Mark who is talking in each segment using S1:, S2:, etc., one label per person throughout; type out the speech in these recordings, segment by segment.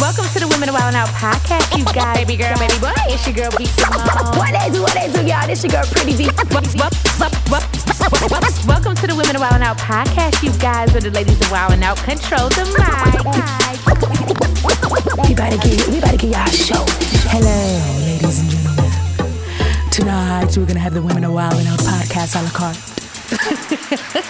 S1: Welcome to the Women of Wild Out podcast, you guys.
S2: Baby girl, baby boy.
S1: It's your girl, B. Simone.
S2: What they do, what they do, y'all. This your girl, Pretty B.
S1: Wel- wel- wel- wel- wel- Welcome to the Women of Wild Out podcast, you guys, where the ladies of Wild Out control the mic.
S2: We about to get, we about to get y'all a show.
S3: Hello, ladies and gentlemen. Tonight, we're going to have the Women of Wild and Out podcast a la carte.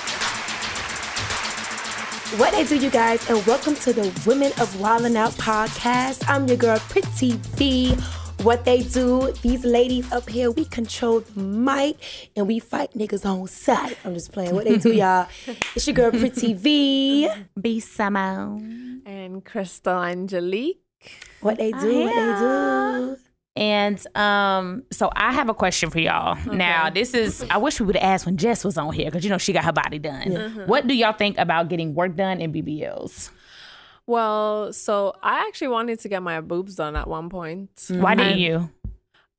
S4: What they do, you guys, and welcome to the Women of Wildin' Out podcast. I'm your girl, Pretty B. What they do, these ladies up here, we control the mic and we fight niggas on sight. I'm just playing. What they do, y'all? It's your girl, Pretty V.
S1: B. Simone.
S5: And Crystal Angelique.
S4: What they do, what they do.
S1: And um, so I have a question for y'all. Now, this is I wish we would have asked when Jess was on here because you know she got her body done. What do y'all think about getting work done in BBLs?
S5: Well, so I actually wanted to get my boobs done at one point.
S1: Why didn't
S2: Mm-hmm.
S5: And,
S1: you?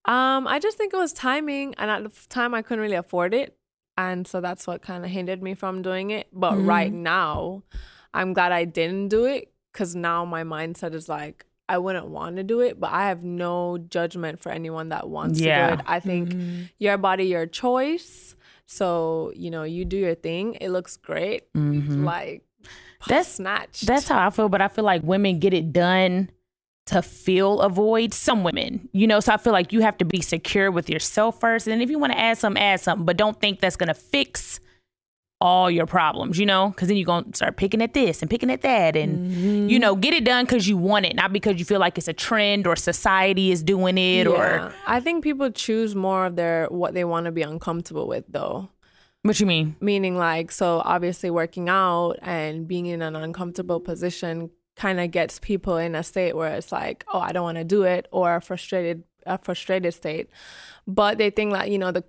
S5: Um, I just think it was timing, and at the f- time I couldn't really afford it, and so that's what kind of hindered me from doing it. But right
S1: Mm.
S5: now, I'm glad I didn't do it because now my mindset is like I wouldn't want to do it, but I have no judgment for anyone that wants
S1: Yeah. Mm-hmm.
S5: to do it. I think your body, your choice. So you know, you do your thing. It looks great. Like
S1: Mm-hmm. That's-
S5: snatched.
S1: That's how I feel, but I feel like women get it done to fill a void. Some women, you know, so I feel like you have to be secure with yourself first. And if you want to add something, add something, but don't think that's going to fix all your problems, you know, because then you're going to start picking at this and picking at that. And,
S5: Mm-hmm.
S1: you know, get it done because you want it, not because you feel like it's a trend or society is doing it or
S5: Yeah. I think people choose more of their what they want to be uncomfortable with though.
S1: what you mean.
S5: Meaning like so obviously working out and being in an uncomfortable position kind of gets people in a state where it's like, "Oh, I don't want to do it," or a frustrated a frustrated state. But they think like, you know, the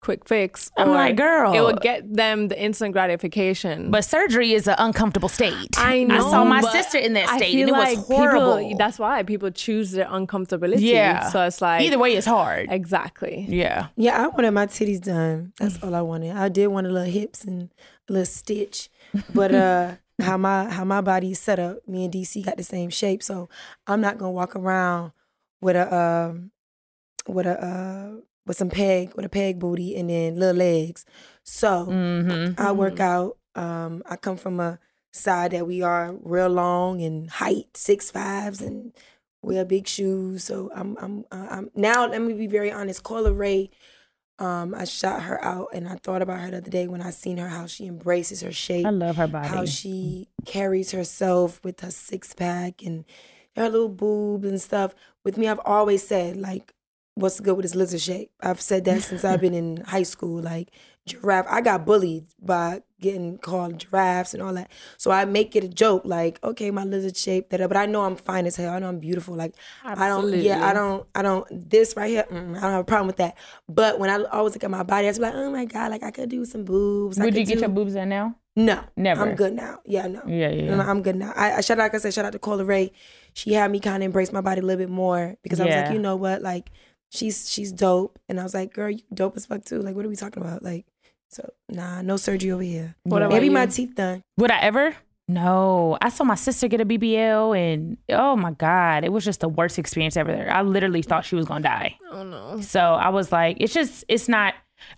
S5: quick fix
S1: I'm
S5: or
S1: like, girl.
S5: it will get them the instant gratification.
S1: But surgery is an uncomfortable state.
S5: I know.
S1: I saw my
S5: but
S1: sister in that
S5: I
S1: state,
S5: feel
S1: and it
S5: like
S1: was horrible.
S5: People, that's why people choose their uncomfortability.
S1: yeah.
S5: So it's like
S1: either way, it's hard.
S5: Exactly.
S1: yeah.
S4: Yeah, I wanted my titties done. That's all I wanted. I did want a little hips and a little stitch, but uh, how my how my body is set up, me and DC got the same shape, so I'm not gonna walk around with a um, with a uh, with some peg with a peg booty and then little legs. So
S1: Mm-hmm.
S4: I work out. Um, I come from a side that we are real long and height six fives and wear big shoes. So I'm I'm uh, I'm now. Let me be very honest. Cola Ray, um, I shot her out and I thought about her the other day when I seen her how she embraces her shape,
S1: I love her body.
S4: how she carries herself with her six pack and her little boobs and stuff. With me, I've always said like. What's good with this lizard shape? I've said that since I've been in high school. Like, giraffe. I got bullied by getting called giraffes and all that. So I make it a joke, like, okay, my lizard shape, that, but I know I'm fine as hell. I know I'm beautiful. Like, I don't, yeah, I don't, I don't. This right here, mm, I don't have a problem with that. But when I always look at my body, I was like, oh my god, like I could do some boobs. I
S1: Would you
S4: could
S1: get
S4: do-
S1: your boobs done now?
S4: No,
S1: Never.
S4: I'm good now. Yeah, no.
S1: Yeah, yeah,
S4: No, no, I'm good now. I, I shout like I said, shout out to Cola Ray. She had me kind of embrace my body a little bit more because I was
S1: Yeah.
S4: like, you know what, like she's she's dope, and I was like, girl, you dope as fuck too. Like, what are we talking about? Like, so nah, no surgery over here.
S5: What about
S4: Maybe
S5: you?
S4: my teeth done.
S1: Would I ever? No. I saw my sister get a BBL, and oh my god, it was just the worst experience ever. There, I literally thought she was gonna die.
S5: Oh no.
S1: So I was like, it's just, it's not.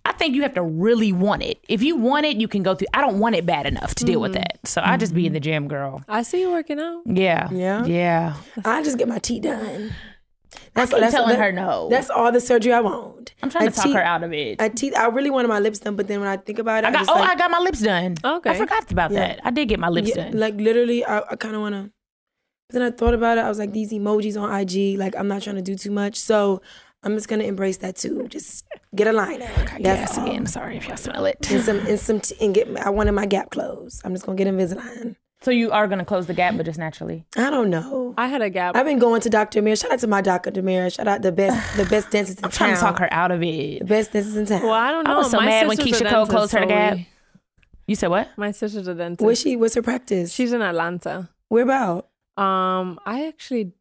S1: I think you have to really want it. If you want it, you can go through. I don't want it bad enough to deal with
S4: Mm-hmm.
S1: that. So I just be in the gym, girl.
S5: I see you working out.
S1: Yeah,
S4: Yeah.
S1: yeah.
S4: I just get my teeth done.
S1: That's, I keep telling her no.
S4: That's all the surgery I want.
S1: I'm trying
S4: A
S1: to talk
S4: teeth-
S1: her out of it.
S4: A teeth. I really wanted my lips done, but then when I think about it,
S1: I
S4: I
S1: got.
S4: just
S1: Oh,
S4: like,
S1: I got my lips done. I
S5: Okay.
S1: forgot about
S4: Yeah.
S1: that. I did get my lips
S4: Yeah,
S1: done.
S4: Like literally, I, I kind of want to. But then I thought about it. I was like, these emojis on IG. Like I'm not trying to do too much, so I'm just gonna embrace that too. Just get a line.
S1: I
S4: That's
S1: guess
S4: all.
S1: again. Sorry if y'all smell it.
S4: And some and some t- and get. I wanted my Gap clothes. I'm just gonna get Invisalign.
S1: So you are gonna close the gap, but just naturally.
S4: I don't know.
S5: I had a gap.
S4: I've been going to Dr. Amir. Shout out to my Dr. Amir. Shout out the best the best dancers in
S1: I'm
S4: town.
S1: trying to talk her out of it.
S4: The best dancers in town.
S5: well, I don't know.
S1: I was so
S5: My
S1: mad when
S5: sister's a
S1: Keisha Cole
S5: dentist,
S1: closed her
S5: so
S1: gap.
S5: we-
S1: You said what?
S5: My sister's a dentist.
S4: Where's she? What's her practice?
S5: She's in Atlanta.
S4: Where about?
S5: Um, I actually,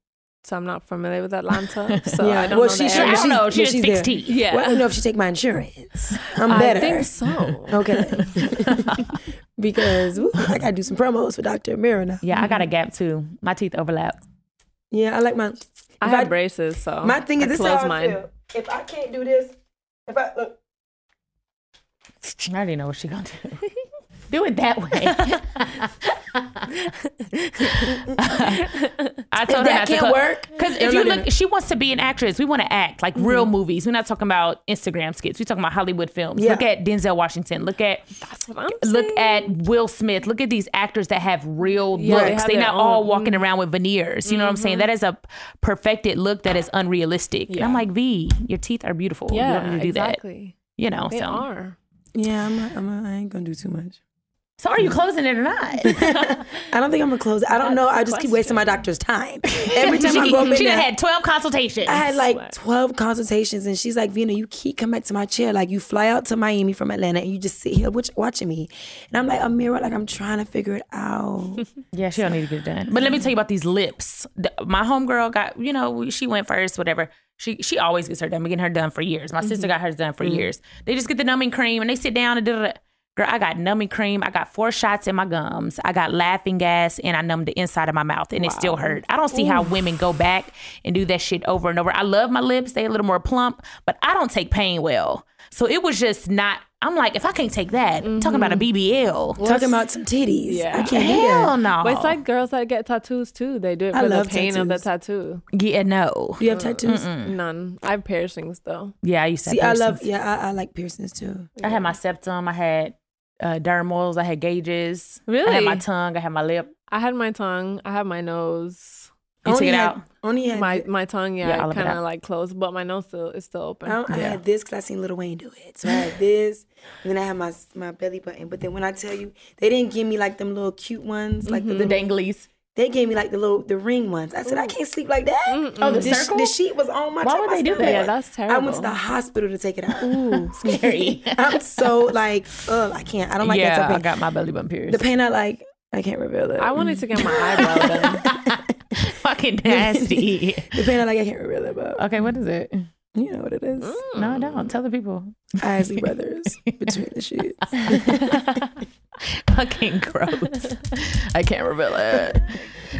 S5: so I'm not familiar with Atlanta, so
S4: Yeah.
S5: I don't
S4: Well,
S5: know. the
S4: she's-
S1: I
S5: area.
S1: don't
S4: she's-
S1: know. She
S4: yeah,
S1: just
S4: she's
S1: fixed
S4: there.
S1: teeth.
S5: yeah.
S4: Well, I don't know if she take my insurance. I'm
S5: I
S4: better.
S5: think so.
S4: Okay. because woo, I gotta do some promos for Dr. Amira now.
S1: Yeah, I got a gap too. My teeth overlap.
S4: Yeah, I like mine.
S5: I
S4: If I-
S5: have braces, so
S4: My thing is
S5: I
S4: this uh, is
S5: close
S4: how I
S5: mine.
S4: feel. If I can't do this, if I look,
S1: I already know what she gonna do. do it that way. I told her not
S4: that can't
S1: to
S4: work,
S1: Because
S4: no,
S1: if you
S4: no, no,
S1: look, she wants to be an actress. We want to act like real movies. We're not talking about Instagram skits. We're talking about Hollywood films.
S4: Yeah.
S1: Look at Denzel Washington. Look at
S5: That's what I'm saying.
S1: look at Will Smith. Look at these actors that have real
S5: Yeah, they
S1: looks.
S5: have
S1: They are
S5: their
S1: not all
S5: own. Mm-hmm.
S1: walking around with veneers. You know what I'm saying? That is a perfected look that is unrealistic. And I'm
S5: Yeah.
S1: like, V, your teeth are beautiful. you don't
S5: yeah,
S1: need to do that.
S5: exactly.
S1: You know,
S5: They
S1: so
S5: are.
S4: yeah, I'm, not, I'm not, I ain't gonna do too much.
S1: so are you closing it or not?
S4: I don't think I'm gonna close. it. I don't know. I just keep wasting my doctor's time. Every time I
S1: she,
S4: go up in
S1: she done
S4: there,
S1: had 12 consultations.
S4: I had
S5: Swear.
S4: like 12 consultations, and she's like, Vina, you keep coming back to my chair. Like, you fly out to Miami from Atlanta and you just sit here watch, watching me. And I'm like, Amira, like, I'm trying to figure it out.
S1: yeah, she don't need to get it done. But let me tell you about these lips. The- my homegirl got, you know, she went first, whatever. She she always gets her done. Been getting her done for years. My
S5: Mm-hmm.
S1: sister got hers done for years. They just get the numbing cream and they sit down and da da. da. Girl, I got numbing cream. I got four shots in my gums. I got laughing gas and I numbed the inside of my mouth and it still hurt. I don't see how women go back and do that shit over and over. I love my lips. They a little more plump, but I don't take pain well. So it was just not, I'm like, if I can't take that, talking about a
S5: Mm-hmm.
S1: BBL.
S4: Talking about some titties.
S5: Yeah.
S4: I can't do
S1: Hell
S4: that.
S1: no.
S5: But it's like girls that get tattoos too. They do it
S4: I
S5: for the
S4: love
S5: pain of the tattoo.
S1: yeah, no.
S4: Do you have tattoos?
S1: Hmm.
S5: None. I have piercings though.
S1: Yeah, I used to.
S4: See, I
S1: have
S4: love,
S1: piercings.
S4: yeah, I, I like piercings too.
S1: I had my septum. I had uh, dermals. I had gauges. I had
S5: Really?
S1: my tongue. I had my lip.
S5: I had my tongue. I had my nose.
S1: You took
S4: only
S1: it
S4: had,
S1: out.
S4: Only had,
S5: My my tongue, yeah,
S1: Yeah, all of
S5: it
S1: it
S5: kind
S1: out.
S5: of like closed, but my nose still is still open.
S4: I, don't- I
S1: Yeah.
S4: had this because I seen Lil Wayne do it. So I had this, and then I had my my belly button. But then when I tell you, they didn't give me like them little cute ones, like the
S1: Mm-hmm. The
S4: little
S1: danglies.
S4: They gave me like the little the ring ones. I said I can't sleep like that.
S1: Oh, the
S4: sh-
S1: circle?
S4: The sheet was on my.
S1: Why
S4: top
S1: would
S4: of my
S1: they do that?
S4: stomach.
S1: Yeah,
S5: that's
S4: I went to
S5: terrible.
S4: the hospital to take it out.
S1: Scary.
S4: I'm so like, ugh, I can't. I don't like
S1: yeah,
S4: that type of
S1: I
S4: pain.
S1: got my belly button pierced.
S4: the pain I like, I can't reveal it.
S5: I wanted to get my eyebrow done.
S1: Fucking nasty.
S4: the pain I like, I can't reveal it. But
S1: okay, what is it?
S4: you know what it is.
S1: No, I don't. Tell the people.
S4: Isley Brothers between the sheets.
S1: Fucking gross. I can't reveal it.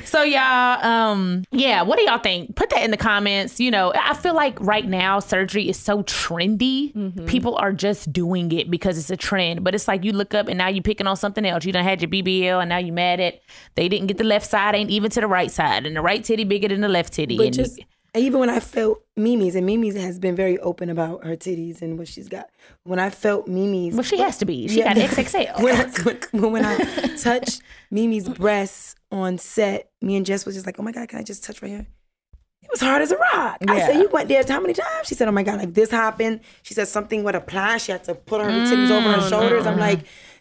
S1: So y'all, um, yeah, what do y'all think? Put that in the comments. You know, I feel like right now surgery is so trendy.
S4: Mm-hmm.
S1: People are just doing it because it's a trend. But it's like you look up and now you picking on something else. You done had your BBL and now you mad at they didn't get the left side, ain't even to the right side, and the right titty bigger than the left titty.
S4: But
S1: and
S4: just and even when I felt Mimi's, and Mimi's has been very open about her titties and what she's got. When I felt Mimi's,
S1: well, she has to be. She
S4: Yeah.
S1: got XXL.
S4: when I, when, when I touched Mimi's breasts on set, me and Jess was just like, "Oh my god, can I just touch right here?" It was hard as a rock. I said, "You went there how many times?" She said, "Oh my god, like this happened." She said something with a plan. She had to put her titties over
S1: Mm,
S4: her shoulders. I'm like,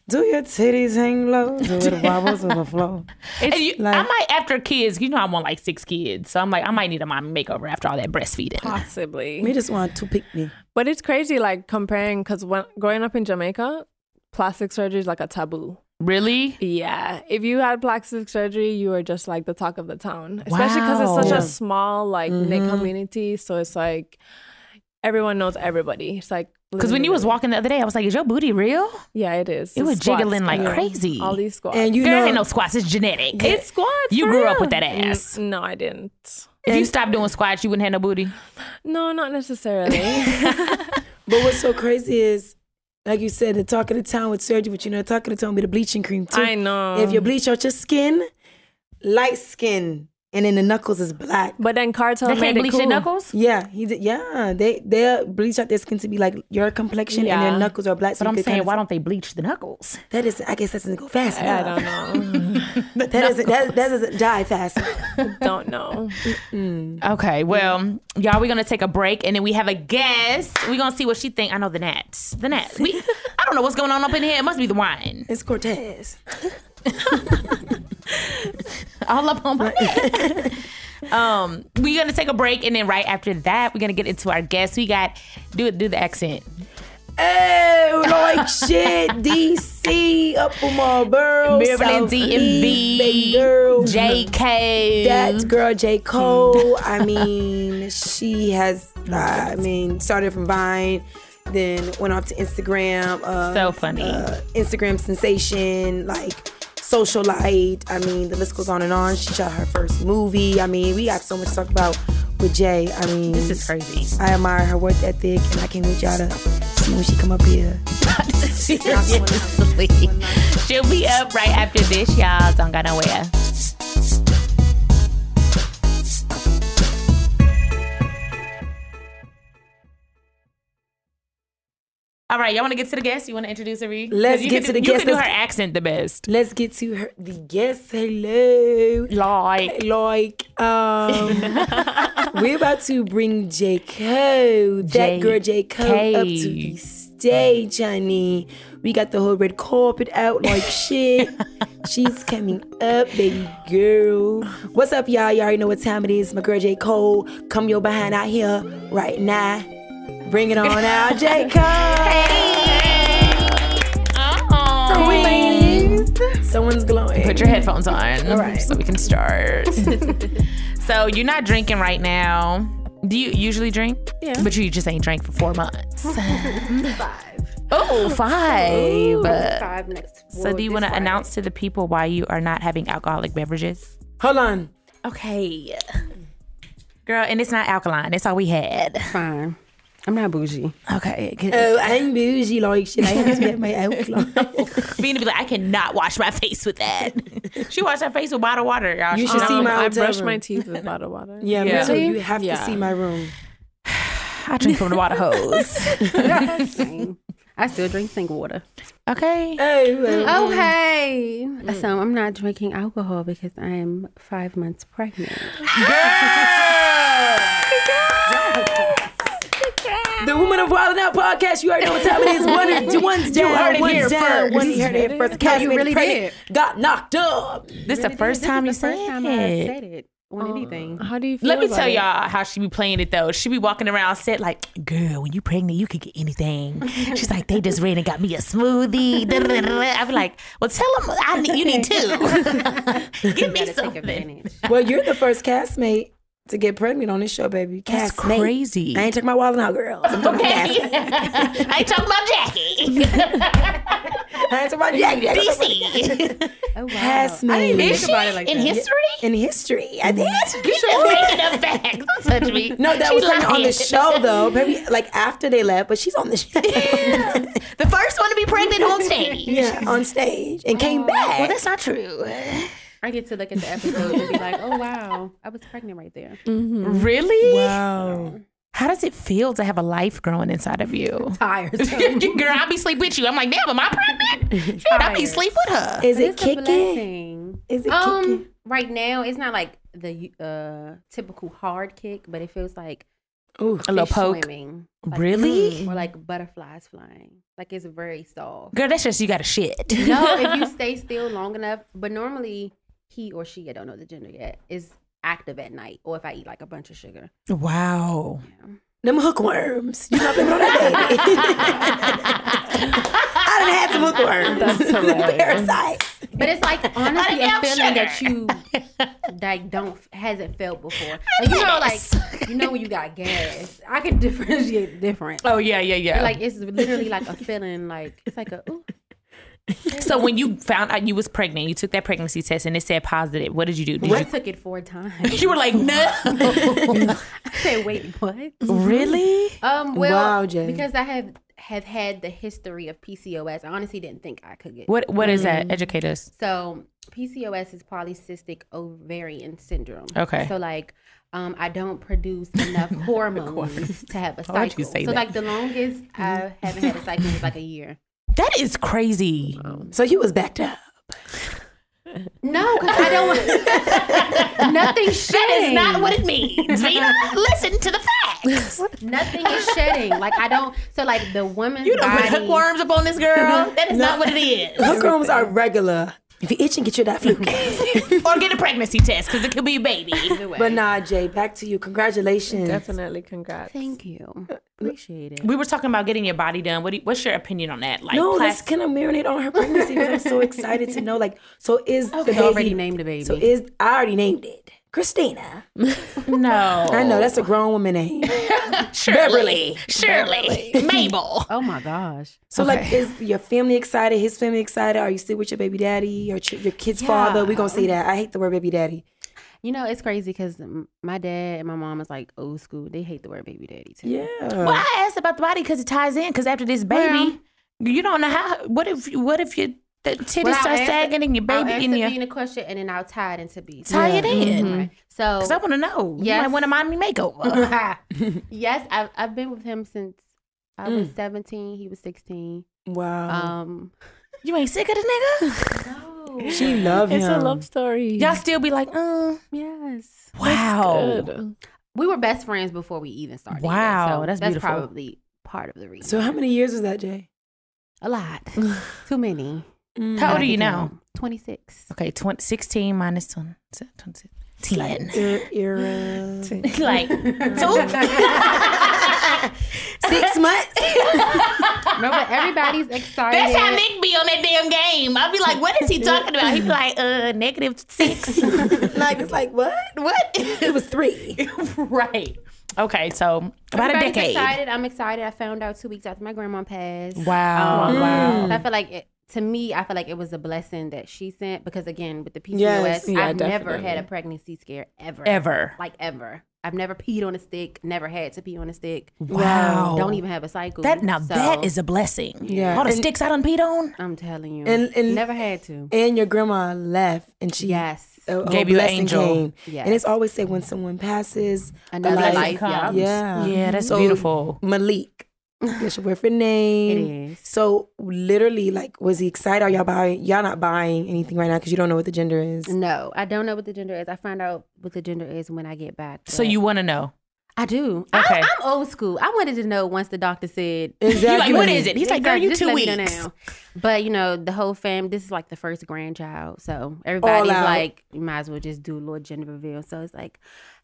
S4: "Do your titties hang low? Do it wobbles with a flow?"
S1: And you- I might after kids, you know, I want like six kids, so I'm like, I might need a mom makeover after all that breastfeeding.
S4: Me
S5: Possibly.
S4: just want to pick me.
S5: But it's crazy, like comparing, because when growing up in Jamaica, plastic surgery is like a taboo.
S1: Really?
S5: Yeah, if you had plastic surgery, you were just like the talk of the town, especially because
S1: Wow. Mm-hmm.
S5: it's such
S1: Yeah.
S5: a small like knit community. So it's like everyone knows everybody. It's like
S1: Because when you was
S5: literally-
S1: walking the other day, I was like, "Is your booty real?"
S5: yeah, it is.
S1: It
S5: The
S1: was
S5: squats,
S1: jiggling like
S5: girl.
S1: crazy.
S5: All these squats.
S4: And you
S1: Girl,
S4: know,
S1: ain't no squats. It's genetic.
S5: it's squats.
S1: you
S5: for
S1: grew up
S5: real.
S1: with that
S5: N-
S1: ass.
S5: No, I didn't.
S1: if you stopped doing squats, you wouldn't have no booty.
S5: No, not necessarily.
S4: But what's so crazy is, like you said, the talk of the town with surgery, but you know, the talk of the town with the bleaching cream too.
S5: I know.
S4: If you bleach out your skin, light skin, and then the knuckles is black.
S5: but then Cartel
S1: They
S5: made
S1: can't
S5: it
S1: bleach
S5: cool.
S1: your knuckles.
S4: Yeah, he did. Yeah, they they bleach out their skin to be like your complexion, and
S5: Yeah.
S4: their knuckles are black. So
S1: But
S4: you
S1: I'm
S4: could
S1: saying,
S4: kinda-
S1: why don't they bleach the knuckles?
S4: that is? I guess that doesn't go fast.
S5: I
S4: enough.
S5: don't know.
S4: That doesn't that, that doesn't die fast.
S5: don't know.
S1: Okay, well, y'all, we're gonna take a break, and then we have a guest. We're gonna see what she think. I know the gnats. The gnats. We, I don't know what's going on up in here. It must be the wine.
S4: It's Cortez.
S1: all up on my neck. um, we're gonna take a break, and then right after that, we're gonna get into our guest. We got do it, do the accent.
S4: Hey, like shit, DC, up from Marlboro,
S1: Maryland,
S4: Southeast, baby
S1: DMV,
S4: girl,
S1: JK.
S4: That girl,
S1: Hmm.
S4: J. Cole. I mean, she has. Uh, I mean, started from Vine, then went off to Instagram. Uh,
S1: So funny.
S4: uh, Instagram sensation. Like, Socialite. I mean, the list goes on and on. She shot her first movie. I mean, we got so much to talk about with Jay. I mean,
S1: This is crazy.
S4: I admire her work ethic, and I can't wait y'all to see when she come up here.
S1: Seriously. She'll be up right after this, y'all. Don't go nowhere. All right, y'all want to get to the guest? You want to introduce her? Ree? 'Cause
S4: Let's
S1: you
S4: get
S1: can do-
S4: to the
S1: You
S4: guest.
S1: can do her
S4: Let's-
S1: accent the best.
S4: Let's get to her. The guest. Hello.
S1: Like,
S4: Like, um, we're about to bring J. Cole, that girl J. Cole, up to the stage, honey. We got the whole red carpet out like shit. She's coming up, baby girl. What's up, y'all? You already know what time it is. My girl J. Cole, come your behind out here right now. Bring it on out, J. Cole.
S1: oh.
S4: Someone's glowing.
S1: Put your headphones on
S4: right.
S1: so we can start. so you're not drinking right now. Do you usually drink? Yeah. But you just ain't drank for four months. Oh, five.
S6: Five next.
S1: So do you want to announce to the people why you are not having alcoholic beverages?
S4: Hold on.
S1: Okay. Girl, and it's not alkaline. That's all we had.
S6: Fine. I'm not bougie.
S1: Okay.
S4: Oh, I'm bougie like shit. I have to get my outline.
S1: Being to be like, I cannot wash my face with that. she washed her face with bottled water, y'all.
S4: You
S1: She
S4: should
S1: not-
S4: see my
S5: Um, I
S4: hotel
S5: brush my
S4: room.
S5: teeth with bottled water.
S4: Yeah, me
S1: Yeah.
S4: too. You have
S5: Yeah.
S4: to see my room.
S1: I drink from the water hose.
S6: Same. I still drink sink water. Mm.
S1: okay.
S4: Oh,
S1: Mm.
S6: Okay. So I'm not drinking alcohol because I am five months pregnant.
S4: the Woman of Wild and Out podcast. You already know what time it is. One, one's down,
S1: heard it
S4: one's
S1: here
S4: down,
S1: first.
S4: one's here to hear first. Cats
S6: you
S4: made
S6: really
S4: pregnant, Got knocked up.
S1: This is the first time you said
S6: I
S1: it.
S6: said it Oh. on anything.
S5: How do you feel?
S1: Let me
S5: about
S1: tell
S5: it?
S1: y'all how she be playing it though. She be walking around set like, girl, when you pregnant, you could get anything. She's like, they just ran and got me a smoothie. Da, da, da, da. I be like, well, tell them I need, you need two. Give me something.
S6: Oh,
S4: Well, you're the first castmate to get pregnant on this show, baby.
S1: That's
S4: castmate.
S1: crazy.
S4: I ain't took my Wild and Out girls. I'm talking
S1: Okay.
S4: cast.
S1: I ain't talking about Jackie.
S4: I ain't took my yeah, yeah,
S1: DC.
S6: Oh, wow.
S4: Castmate
S1: Is she in history?
S4: in history. I did.
S1: Mm-hmm. You should bring it up back. Don't touch me.
S4: No, that
S1: She
S4: was like on
S1: lying.
S4: the show though. Maybe like after they left, but she's on the show.
S1: The first one to be pregnant on stage.
S4: yeah, on stage and came back.
S1: Well, Oh, that's not true.
S6: I get to look at the episode and be like, oh, wow. I was pregnant right there.
S1: Really? Hmm. Wow. How does it feel to have a life growing inside of you?
S6: Tired.
S1: Girl, I'll be sleep with you. I'm like, damn, am I pregnant? Shoot, I'll be
S6: Tired.
S1: sleep with her.
S4: Is it
S6: It's a
S4: kicking?
S6: blessing.
S4: Is it kicking?
S6: Um, right now, it's not like the uh, typical hard kick, but it feels like
S1: A little
S6: fish
S1: poke.
S6: swimming. Like,
S1: Really?
S6: Or like butterflies flying. Like it's very soft.
S1: Girl, that's just you got to shit.
S6: No, if you stay still long enough, but normally he or she, I don't know the gender yet, is active at night or if I eat like a bunch of sugar.
S1: Wow.
S4: Them hookworms. You not been on that baby. I done had some hookworms. the parasites.
S6: But it's like honestly a
S1: am
S6: feeling that you like don't hasn't felt before. Like you know, like you know when you got gas. I can differentiate different.
S1: Oh, yeah, yeah, yeah.
S6: Like it's literally like a feeling like it's like a ooh.
S1: so when you found out you was pregnant, you took that pregnancy test and it said positive. What did you do? Did
S6: I took it four times.
S1: You, you were like, no.
S6: I said, wait, what?
S1: really?
S6: Um, well,
S4: Wow, Jay.
S6: because I have have had the history of PCOS, I honestly didn't think I could get.
S1: What What is that? Educate us.
S6: So PCOS is polycystic ovarian syndrome.
S1: Okay.
S6: So like, um, I don't produce enough hormones to have a cycle.
S1: Why would you say
S6: so
S1: that? Mm-hmm.
S6: like the longest I haven't had a cycle was like a year.
S1: That is crazy.
S4: So you was backed up.
S6: No, because I don't. nothing
S1: That is
S6: shedding.
S1: not what it means. Vina, listen to the facts.
S6: Nothing is shedding. Like I don't. So like the woman's
S1: You don't put
S6: body.
S1: hookworms up on this girl. That is not what it is.
S4: Hookworms are regular. If you're itching, get you that fluke.
S1: or get a pregnancy test because it could be a baby.
S4: but nah, Jay, back to you. Congratulations.
S5: Definitely, congrats.
S6: Thank you. Appreciate it.
S1: We were talking about getting your body done. What do you, what's your opinion on that? Like,
S4: no, let's
S1: plastic,
S4: kind of marinate on her pregnancy. 'cause I'm so excited to know. Like, so is the
S6: You
S4: baby
S6: already named the baby.
S4: So is I already named it Christina?
S1: no.
S4: I know
S6: Oh.
S4: that's a grown woman name. Beverly.
S1: Shirley, Mabel.
S6: oh my gosh.
S4: So like, is your family excited? His family excited? Are you still with your baby daddy or ch- your kid's father? We gonna say that. I hate the word baby daddy.
S6: You know, it's crazy because my dad and my mom is like old school. They hate the word baby daddy too.
S4: Yeah.
S1: Well, I asked about the body because it ties in. Because after this baby, you don't know how. What if? What if your the titty
S6: Well, I'll
S1: starts
S6: answer-
S1: sagging and your baby
S6: I'll answer
S1: in your?
S6: being a question and then I'll tie it into B. Mm-hmm.
S1: Tie it in.
S6: Right. So
S1: Because I want to know.
S6: Yes.
S1: You might want a mommy makeover.
S6: yes, I've I've been with him since I
S1: Mm.
S6: was seventeen. He was sixteen.
S4: wow.
S6: Um,
S1: you ain't sick of the nigga?
S4: she love him.
S5: It's a love story.
S1: Y'all still be like, mm,
S6: yes,
S1: wow.
S5: Good.
S6: we were best friends before we even started. dating,
S1: Wow,
S6: so
S1: that's
S6: that's
S1: beautiful.
S6: probably part of the reason.
S4: So how many years was that, Jay?
S6: A lot, too many.
S1: How old are you now?
S6: Twenty six.
S1: Okay, 20, 16 minus 20, 20, 10.
S4: Ir- Ira.
S1: like two.
S4: Six months.
S6: Remember, everybody's excited.
S1: That's how Nick be on that damn game. I'll be like, what is he talking about? He be like, uh, negative six.
S4: like it's like what?
S1: what?
S4: It was three.
S1: right. Okay, so about a
S6: Everybody's
S1: decade.
S6: excited. I'm excited. I found out two weeks after my grandma passed.
S1: Wow,
S4: Um,
S1: wow.
S6: So I feel like it, to me, I feel like it was a blessing that she sent because again, with the PCOS,
S4: Yes.
S5: Yeah,
S6: I've never
S5: definitely.
S6: had a pregnancy scare ever,
S1: Ever.
S6: like ever. I've never peed on a stick. Never had to pee on a stick.
S1: Wow.
S6: Don't even have a cycle.
S1: That now
S6: So,
S1: that is a blessing.
S4: Yeah.
S1: All the
S4: And-
S1: sticks I done peed on.
S6: I'm telling you.
S4: And- and-
S6: never had to.
S4: And your grandma left, and she
S6: Yes.
S4: a- a
S1: Gave you an
S4: blessing
S1: angel.
S4: Came.
S6: Yes.
S4: And it's always said when someone passes,
S6: Another
S4: life
S6: life. yeah.
S4: Yeah.
S1: that's
S4: So-
S1: beautiful.
S4: Malik. That's your boyfriend name.
S6: It is.
S4: So literally, like, was he excited? Are y'all buying? Y'all not buying anything right now because you don't know what the gender is.
S6: No, I don't know what the gender is. I find out what the gender is when I get back.
S1: So
S6: but-
S1: you want to know?
S6: I do.
S1: Okay.
S6: I, I'm old school. I wanted to know once the doctor said
S1: You
S4: Exactly.
S1: like what is it? He's like, girl,
S6: Exactly.
S1: you
S6: Just
S1: two
S6: let me know
S1: weeks.
S6: now. But you know, the whole fam. This is like the first grandchild, so everybody's
S4: out.
S6: like, you might as well just do a little gender reveal. So it's like,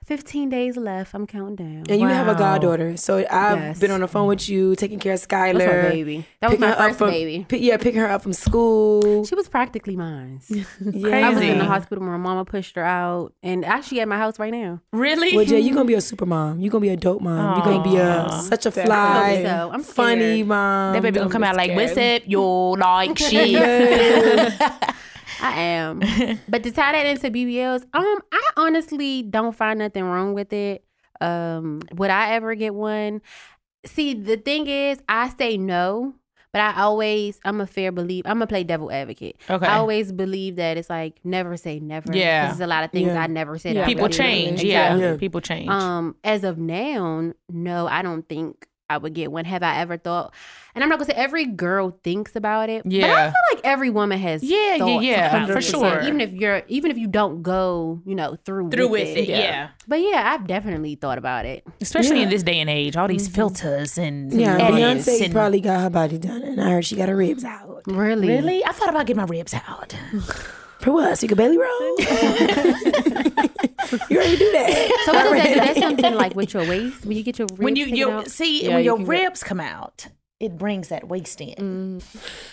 S6: fifteen days left. I'm counting down.
S4: And you have a
S1: Wow.
S4: goddaughter. So I've
S6: Yes.
S4: been on the phone with you, taking care of Skylar.
S6: That's my baby. That was
S4: picking
S6: my
S4: her up
S6: first
S4: from-
S6: baby.
S4: pi- yeah, picking her up from school.
S6: She was practically mine.
S4: yeah.
S6: I was in
S1: Crazy.
S6: the hospital. My mama pushed her out, and actually at my house right now.
S1: Really?
S4: Well, Jay, you're gonna be a super mom. You're gonna be a dope mom. You're gonna be a such a fly,
S6: I hope so. I'm
S4: funny
S6: scared.
S4: mom.
S1: that baby gonna come out like, what's up? You like shit?
S6: I am. but to tie that into BBLs, um, I honestly don't find nothing wrong with it. Um, would I ever get one? See, the thing is, I say no, but I always I'm a fair believe I'm a play devil advocate.
S1: Okay.
S6: I always believe that it's like never say never. 'cause
S1: Yeah.
S6: There's a lot of things I never said. I
S1: People
S6: would do.
S1: change. Yeah.
S6: Exactly.
S1: People change.
S6: Um, as of now, no, I don't think I would get one. Have I ever thought? And I'm not gonna say every girl thinks about it. but I
S1: Yeah.
S6: feel like every woman has.
S1: Yeah, yeah,
S6: thoughts
S1: yeah,
S6: about
S1: for
S6: it. So
S1: sure.
S6: Even if you're, even if you don't go, you know, through
S1: Through with it. Yeah.
S6: But yeah, I've definitely thought about it.
S1: Especially in this day and age, all these filters and
S4: Yeah,
S1: edits
S4: Beyonce
S1: and-
S4: probably got her body done, and I heard she got her ribs out.
S6: Really,
S1: Really? I thought about getting my ribs out.
S4: For what? So you could belly roll? you already do that.
S6: So what is that? do? That's something like with your waist when you get your ribs
S1: when you
S6: taken
S1: you
S6: out?
S1: see when your ribs come out, it brings that waist in.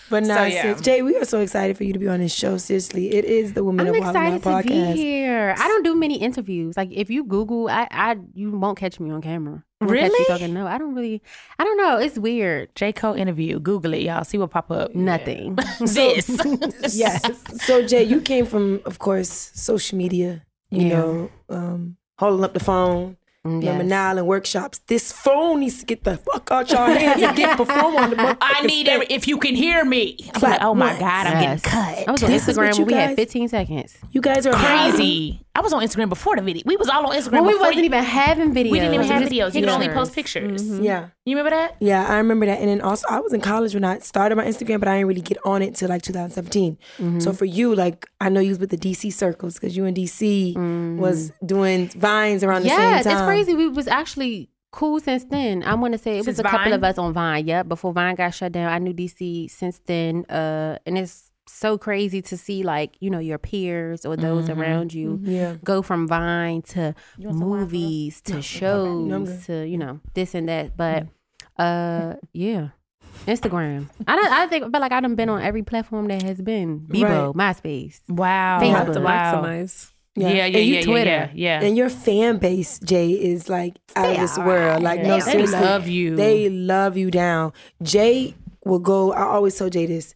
S4: But nah,
S1: yeah.
S4: sis, Jay, we are so excited for you to be on this show. Seriously, it is the Women
S6: I'm
S4: of Wild and
S6: excited
S4: Wild
S6: to be
S4: podcast.
S6: here. I don't do many interviews. Like if you Google, I, I you won't catch me on camera. You won't catch me
S1: Really?
S6: talking. No, I don't really. I don't know. It's weird.
S1: J Cole interview. Google it, y'all. See what pop up.
S6: Nothing.
S1: This.
S4: Yes. So Jay, you came from, of course, social media. You
S6: Yeah.
S4: know, um, holding up the phone. Number
S6: yes.
S4: nine and workshops. This phone needs to get the fuck out y'all hands and get perform on the motherfucking
S1: I need every,
S4: stage.
S1: if you can hear me. I'm
S4: Clap
S1: like, oh my
S4: once.
S1: God, I'm
S6: Yes.
S1: getting
S6: I
S1: cut.
S6: was on
S4: This is what
S6: Instagram
S4: you
S6: when we
S4: guys-
S6: had 15 seconds.
S4: You guys are
S1: Crazy. I was on Instagram before the video. We was all on Instagram.
S6: Well, we
S1: before
S6: wasn't
S1: you-
S6: even having videos.
S1: We didn't even have
S6: just
S1: videos. You could only
S6: pictures.
S1: post pictures.
S4: Yeah.
S1: You remember that?
S4: Yeah, I remember that. And then also, I was in college when I started my Instagram, but I didn't really get on it till like 2017. So for you, like, I know you was with the DC circles because you in DC was doing vines around the
S6: Yeah,
S4: same time.
S6: that's crazy. We was actually cool since then. I want to say it was
S1: Since
S6: a couple
S1: Vine?
S6: of us on Vine. Yeah, before Vine got shut down, I knew DC since then. Uh, and it's so crazy to see like you know your peers or those
S1: Mm-hmm.
S6: around you
S4: Yeah.
S6: go from
S1: Mm.
S6: Vine to movies to shows to you know this and that. But Uh, yeah. Instagram. I don't. I think, but like I done been on every platform that has been Bebo, MySpace.
S1: Wow.
S6: They
S5: You have to
S1: Wow.
S5: maximize.
S1: Yeah, yeah, yeah,
S4: And you
S1: yeah,
S6: Twitter.
S1: Yeah. yeah.
S4: And your fan base, Jay, is like out of this world. Like no,
S1: They
S4: seriously,
S1: love you.
S4: They love you down. Jay will go. I always tell Jay this,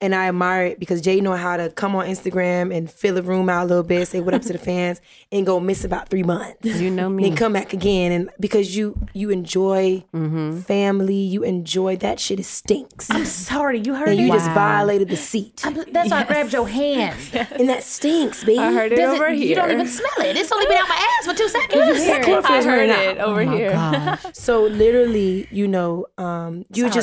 S4: and I admire it because Jay know how to come on Instagram and fill the room out a little bit, say what up to the fans, and go miss about three months.
S6: You know me.
S4: Then come back again, and because you you enjoy family, you enjoy that shit. It stinks,
S1: I'm sorry, you heard
S4: and you
S1: it.
S4: just violated the seat,
S1: I'm- that's why I grabbed your hand.
S4: and that stinks, baby.
S5: I heard it
S1: Does it-
S5: over here.
S1: You don't even smell it. It's only been out my ass for two seconds.
S4: That
S5: I
S4: cornflakes
S5: heard
S4: wearing out.
S5: it over here.
S4: So literally, you know, um, you
S1: Sorry.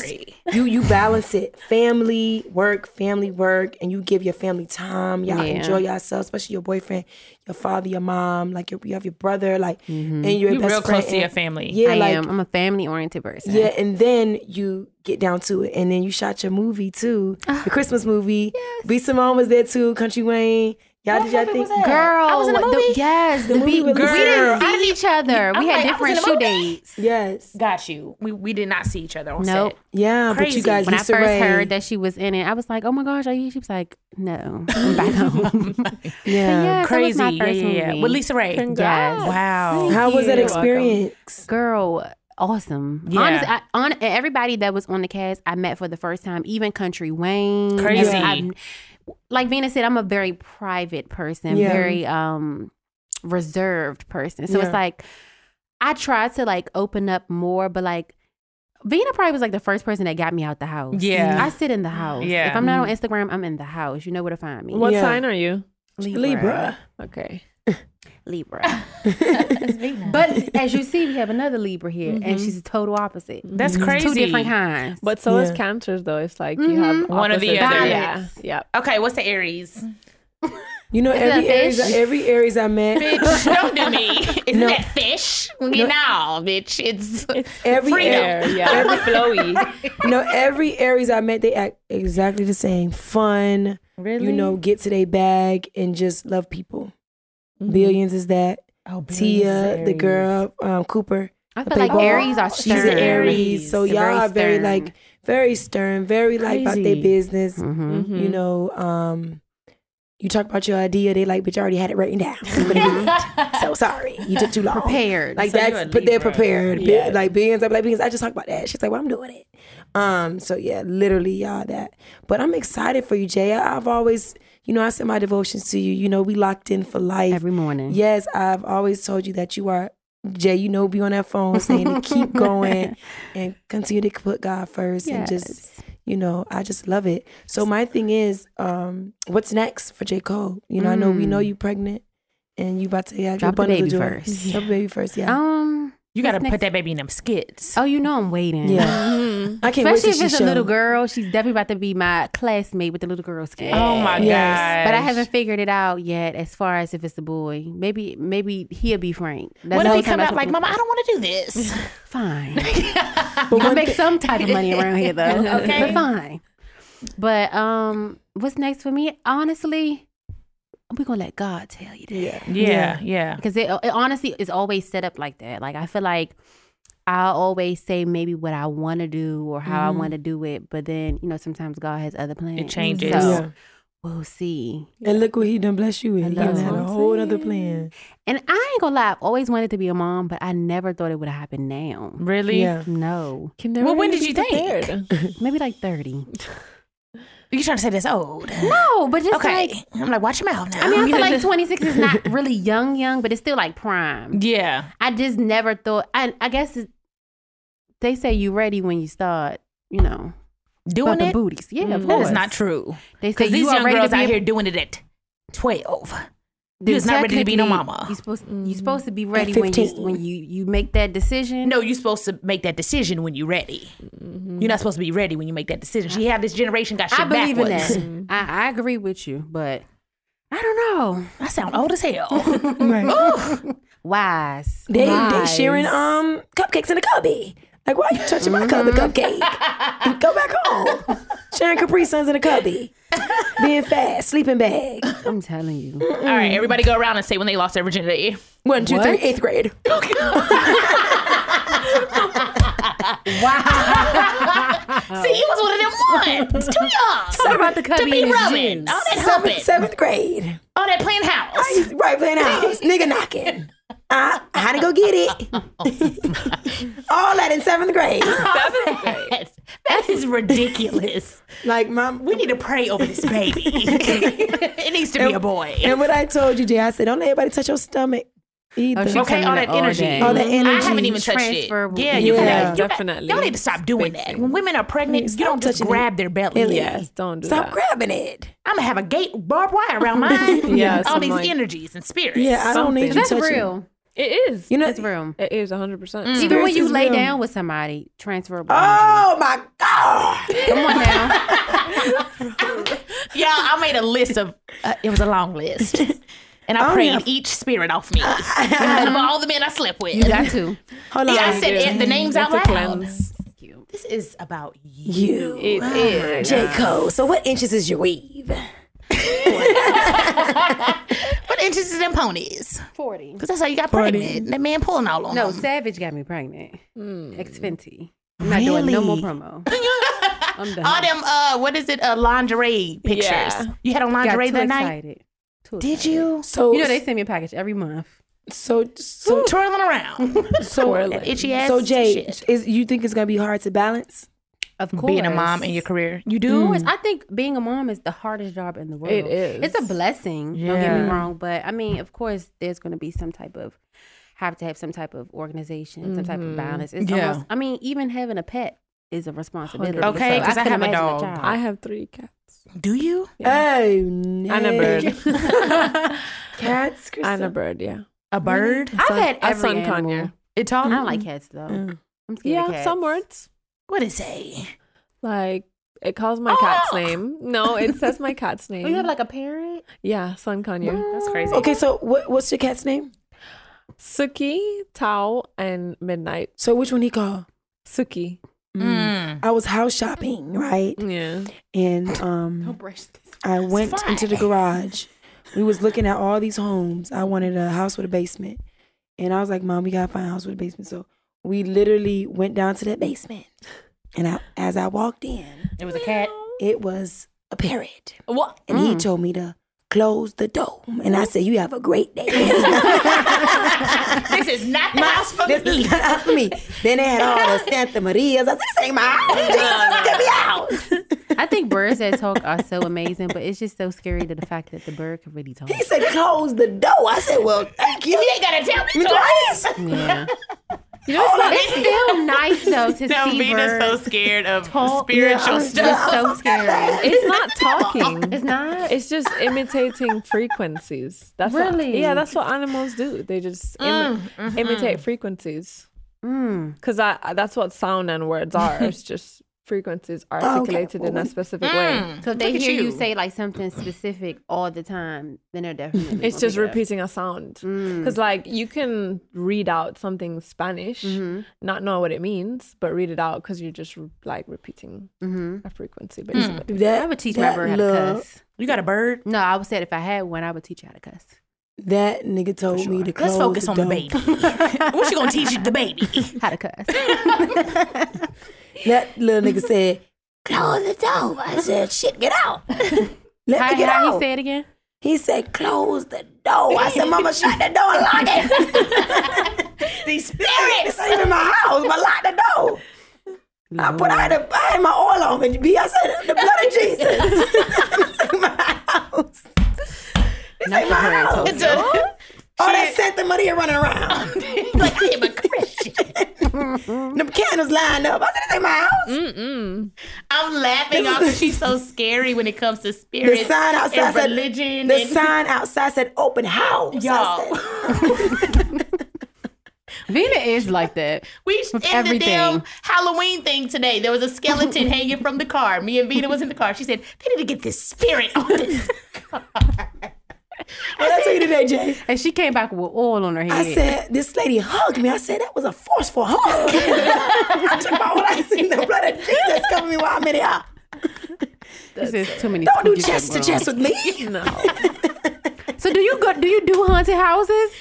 S4: just you you balance it, family work, family work, and you give your family time. Y'all
S6: Yeah.
S4: enjoy yourself, especially your boyfriend, your father, your mom. Like your, you have your brother, like and your
S1: You're
S4: best
S1: Mm-hmm. real
S4: friend.
S1: close to your
S4: and-
S1: family.
S4: Yeah,
S6: I
S4: like
S6: am. I'm a family oriented person.
S4: yeah, and then you get down to it, and then you shot your movie too, the Christmas movie. B Simone was there too, Country Wayne. Y'all did y'all think?
S6: Girl,
S1: I was in the movie.
S6: yes, the,
S4: movie
S6: beat.
S4: with
S6: we
S4: Lucille.
S6: didn't see each other.
S1: I'm
S6: we had
S1: like, I was
S6: different
S1: in the
S6: shoe
S1: movie.
S6: dates.
S4: Yes,
S1: Got you. We we did not see each other on
S6: Nope.
S1: set.
S4: yeah, but
S1: Crazy.
S4: you guys,
S6: When
S4: Issa
S6: I first
S4: Rae.
S6: heard that she was in it, I was like, "Oh my gosh, are you?" She was like, "No, I'm back home."
S4: yeah,
S6: yeah. That was
S1: Crazy.
S6: my
S1: Yeah,
S6: first
S1: yeah, yeah.
S6: movie.
S1: With Lisa Ray.
S6: Yes.
S1: Wow.
S4: how was that
S5: You're welcome.
S4: experience?
S6: girl awesome
S1: Yeah.
S6: Honest- I, on everybody that was on the cast i met for the first time even country wayne
S1: Crazy.
S6: Every- I- like vina said i'm a very private person
S4: Yeah.
S6: very um reserved person so
S4: Yeah.
S6: it's like i tried to like open up more but like Vina probably was like the first person that got me out the house.
S1: Yeah.
S6: I sit in the house.
S1: Yeah. Mm-hmm.
S6: If I'm not on Instagram, I'm in the house. You know where to find me.
S5: What
S4: Yeah.
S5: sign are you?
S4: Libra.
S5: Okay.
S6: Libra. But as you see, we have another Libra here,
S1: Mm-hmm.
S6: and she's the total opposite.
S1: That's crazy.
S6: Two different kinds.
S5: But so is
S4: Yeah.
S5: cancers though. It's like you have
S1: One or the
S5: opposites.
S1: other.
S5: Yeah. Yeah.
S1: Okay, what's the Aries?
S4: You know,
S6: that
S4: every
S6: a
S4: Aries,
S6: fish?
S4: every Aries I met,
S1: bitch, don't do me. Isn't that fish? You know, bitch, it's
S4: every
S5: Air,
S4: Aries,
S5: yeah. flowy.
S4: you know, every Aries I met, they act exactly the same. Fun,
S1: really
S4: you know, get to their bag and just love people.
S6: Mm-hmm.
S4: Billions is that.
S1: Oh, Billions is
S4: Tia,
S1: Aries.
S4: the girl, um, Cooper.
S6: I
S4: But
S6: feel like
S4: they both-
S6: Aries are
S4: She's
S6: stern.
S4: an Aries, so
S6: They're
S4: y'all are very
S6: stern.
S4: like very stern, very like about their
S1: Crazy.
S4: business.
S1: Mm-hmm.
S6: Mhm.
S5: Mhm.
S4: You know, um, you talk about your idea, they like, bitch, I already had it written down. You could've been- so sorry, you took too long.
S6: prepared.
S4: Like
S1: So you a
S4: that's, but they're
S1: Libra.
S4: prepared. Bi-
S5: Yes.
S4: Like billions, I'm like billions. I just talked about that. She's like, well, I'm doing it. Um, so yeah, literally, y'all that. But I'm excited for you, Jay. I- I've always, you know, I send my devotions to you. You know, we locked in for life.
S6: every morning.
S4: yes, I've always told you that you are Jay. You know, be on that phone saying to keep going and continue to put God first and just,
S6: Yes.
S4: you know, I just love it. So my thing is, um, what's next for J Cole? You know, I know we know you pregnant. And you about to yeah,
S6: Mm. Drop the baby first.
S4: Drop the baby first, yeah.
S6: Um.
S1: You gotta
S6: What's
S1: put that baby in them skits.
S6: Oh, you know I'm waiting.
S4: Yeah. I can't
S6: Especially
S4: wait
S6: if
S4: till she
S6: it's
S4: show.
S6: a little girl, she's definitely about to be my classmate with the little girl skin.
S1: Oh my
S4: Yes.
S1: god!
S6: But I haven't figured it out yet. As far as if it's a boy, maybe maybe he'll be Frank. That's
S1: What if
S6: the
S1: he
S6: only time
S1: come out
S6: that's
S1: like,
S6: what-
S1: Mama? I don't want to do this.
S6: Fine. you gonna make some type of money around here though. okay. But fine. But um, what's next for me? Honestly, we're gonna let God tell you that.
S1: Yeah, yeah.
S6: because it, it honestly is always set up like that. Like I feel like I always say maybe what I want to do or how I want to do it, but then you know sometimes God has other plans.
S1: changes.
S6: So
S4: Yeah.
S6: We'll see.
S4: And look what he done bless you with. He
S6: Hello.
S4: done had a whole other plan.
S6: And I ain't gonna lie, I've always wanted to be a mom, but I never thought it would happen now.
S1: Really?
S4: Yeah.
S6: No,
S5: Can never
S1: Well, when
S5: really
S1: did
S5: be
S1: you think?
S5: prepared.
S6: maybe like thirty.
S1: You trying to say that's old?
S6: No, but just
S1: okay.
S6: like
S1: I'm like, watch your mouth now.
S6: I mean, I feel like twenty six is not really young, young, but it's still like prime.
S1: yeah.
S6: I just never thought. I I guess it, they say you ready when you start. You know,
S1: Doing
S6: about
S1: it. Mm,
S6: the booties. Yeah, of
S1: That
S6: course.
S1: is not true.
S6: They say
S1: Because these
S6: you are
S1: young
S6: ready
S1: girls
S6: to be
S1: out
S6: a-
S1: here doing it at 12. You was not ready to be no
S6: Technically,
S1: mama. Mm.
S6: You supposed you supposed to be ready when you
S4: 15.
S6: when you you make that decision.
S1: No, you're supposed to make that decision when you're ready. You're not supposed to be ready when you make that decision. She had this generation got shit
S6: I believe
S1: backwards.
S6: in that. I, I agree with you, but I don't know.
S1: I sound old as hell.
S6: Wise.
S4: They they
S6: Wise.
S4: sharing um cupcakes in the cubby. Like why are you touching my cup, the
S6: Mm-hmm.
S4: cupcake? Go back home. Sharing Capri Suns in the cubby. Being fast, sleeping bag.
S6: I'm telling you.
S1: All right, everybody go around and say when they lost their virginity.
S4: One, two, three, eighth grade.
S1: See, you was one of them ones. Too young.
S6: Something about the
S1: to
S6: cubby
S1: be
S6: in his
S1: rubbing.
S6: jeans.
S1: All that
S4: Seventh,
S1: humping.
S4: seventh grade.
S1: All that playing house.
S4: He's right playing house. Nigga knocking. I, I had to go get it. All that in seventh grade.
S1: That's, that is ridiculous.
S4: Like my
S1: We need to pray over this baby. it needs to be a boy.
S4: And what I told you, Jay, I said, don't let anybody touch your stomach either.
S6: she
S1: Okay, all
S6: coming in
S1: that
S6: all
S1: energy.
S6: day.
S4: All that energy.
S1: I haven't even touched it.
S6: Transferable.
S1: Yeah, you
S4: Yeah,
S1: gotta- you
S5: definitely.
S1: Gotta, y'all need to stop doing that. When women are pregnant, you don't just
S4: touching
S1: grab their belly.
S5: Yes, don't do
S4: Stop
S5: that.
S4: grabbing it.
S1: I'm gonna have a gate barbed wire around mine.
S5: Yeah,
S1: all these
S5: something like-
S1: energies and spirits.
S4: Yeah, I don't
S5: Something.
S4: need you
S6: That's
S4: touching.
S6: real.
S5: It is.
S4: You know,
S6: That's real.
S5: It is 100%.
S1: Hmm.
S6: Even when
S4: Experience
S6: you
S4: is
S6: lay
S4: real.
S6: down with somebody, transferable.
S1: Ah!
S4: oh my God.
S6: Come on now.
S1: Y'all, I made a list of. Uh, it was a long list, and I
S4: Oh,
S1: prayed
S4: yeah.
S1: each spirit off me of all the men I slept with.
S6: You got to.
S4: Hold on.
S1: yeah, I said it, the names out
S5: It's a
S1: loud.
S5: cleanse.
S1: This is about you.
S4: you.
S5: It is.
S4: J. Cole. So what inches is your weave?
S1: What inches is them ponies?
S6: 40.
S1: Because that's how you got pregnant. That man pulling all on
S6: No,
S1: them.
S6: Savage got me pregnant. Ex Fenty. I'm not doing no more
S1: Really?
S6: promo. I'm done.
S1: All them, uh, what is it? Uh, lingerie pictures.
S5: Yeah.
S1: You had on
S6: got
S1: lingerie
S6: too
S1: that night.
S6: excited. Too
S1: Did
S6: excited.
S1: you?
S4: So
S6: You know they send me a package every month.
S4: so so
S1: So twirling around,
S4: so
S1: itchy ass.
S4: so Jay,
S1: shit.
S4: is you think it's gonna be hard to balance?
S6: Of course,
S1: being a mom in your career, Mm. you
S6: Of
S1: do.
S6: course, I think being a mom is the hardest job in the world.
S5: It is.
S6: It's a blessing. Don't get me
S1: Yeah.
S6: wrong, but I mean, of course, there's going to be some type of have to have some type of organization, some type of balance. It's
S1: Yeah.
S6: almost. I mean, even having a pet is a responsibility.
S1: Okay, 'cause I
S6: couldn't
S1: have a
S6: imagine
S1: dog.
S6: child.
S5: I have three cats
S1: Do you?
S6: Uh,
S4: Oh no.
S5: and a bird.
S4: Cats,
S5: and a
S4: Krista.
S5: bird, yeah.
S1: A bird?
S6: I've had
S5: I
S6: every
S5: sun
S6: animal.
S5: Kanye.
S1: It
S6: I
S1: talks.
S6: don't like cats though. I'm scared of
S5: Yeah,
S6: cats.
S5: some words.
S1: What is a?
S5: Like, it calls my cat's name. No, it says my cat's name.
S6: Oh, you have Oh! like a parrot.
S5: yeah, Sun Kanye.
S1: That's crazy.
S4: Okay, so what, what's your cat's name?
S5: Suki, Tao, and Midnight.
S4: So which one he called?
S5: Suki.
S1: Mm.
S4: I was house shopping, right?
S5: Yeah.
S4: And um,
S6: brush this.
S4: I went
S1: fine.
S4: into the garage. We was looking at all these homes. I wanted a house with a basement, and I was like, "Mom, we gotta find a house with a basement." So we literally went down to that basement, and I, as I walked in,
S1: It was a cat.
S4: it was a parrot,
S5: What?
S4: and he told me to close the door, and I said, "You have a great day."
S1: this is not the house for
S4: this
S1: me.
S4: is not out for me. Then they had all the Santa Marias. I said, "This ain't my house. Jesus, get me out."
S6: I think birds that talk are so amazing, but it's just so scary to the fact that the bird can really talk.
S4: He said, "Close the door." I said, "Well, thank you."
S1: You ain't gotta tell me twice.
S4: Twice.
S6: Yeah. you know, it's, it's still nice though to see birds.
S1: scared of
S6: spiritual It's just so scary.
S5: It's not talking.
S6: It's not.
S5: It's just imitating frequencies. That's what-
S6: Really? mm-hmm.
S5: yeah, that's what animals do. They just imi- imitate frequencies.
S6: Mm.
S5: Because that's what sound and words are. It's just frequencies articulated in a specific way.
S6: So if they
S1: Look at
S6: hear you.
S1: you.
S6: say like something specific all the time, then they're definitely.
S5: It's
S6: gonna
S5: just
S6: pick it up.
S5: repeating a sound. Because, like, you can read out something Spanish, not know what it means, but read it out because you're just like repeating a frequency. Basically.
S4: That,
S6: I would teach my
S4: that
S6: bird how to
S4: little-
S6: cuss.
S1: You got a bird?
S6: No, I would say if I had one, I would teach you how to cuss.
S4: That nigga told me to close
S1: Let's focus on the
S4: door.
S1: baby. what you gonna teach the baby?
S6: How to cuss.
S4: That little nigga said, "Close the door." I said, "Shit, get out." Let
S6: how
S4: me get
S6: how you
S4: out.
S6: say it again?
S4: He said, "Close the door." I said, "Mama, shut the door and lock it."
S1: These
S4: This
S1: spirits.
S4: ain't in my house, but lock the door. I put I had, a, I had my oil on and B. I said, "The blood of Jesus." this ain't my house. This ain't my house. Oh,
S1: It's a-
S4: All that Santa Maria running around.
S1: Oh, like I am a Christian.
S4: Them candles lined up. I said, "This ain't my house."
S1: Mm, I'm laughing off because she's so scary when it comes to
S4: The
S1: spirits
S4: sign outside
S1: and
S4: said
S1: religion.
S4: The
S1: and-
S4: sign outside said open house. I
S1: Y'all.
S4: said,
S6: Vina is like that.
S1: We sh- in
S6: With
S1: the damn
S6: everything.
S1: Halloween thing today. There was a skeleton hanging from the car. Me and Vina was in the car. She said, "They need to get this spirit on this."
S4: What I tell you today, Jay?
S6: And she came back with oil on her head.
S4: I said, this lady hugged me. I said, that was a forceful hug. I took my what I seen the blood of Jesus cover me while I'm in here.
S6: this is too many.
S4: Don't do
S6: spooky
S4: chest to
S6: shit going on.
S4: chest with me.
S5: No.
S6: So do you go? Do you do haunted houses?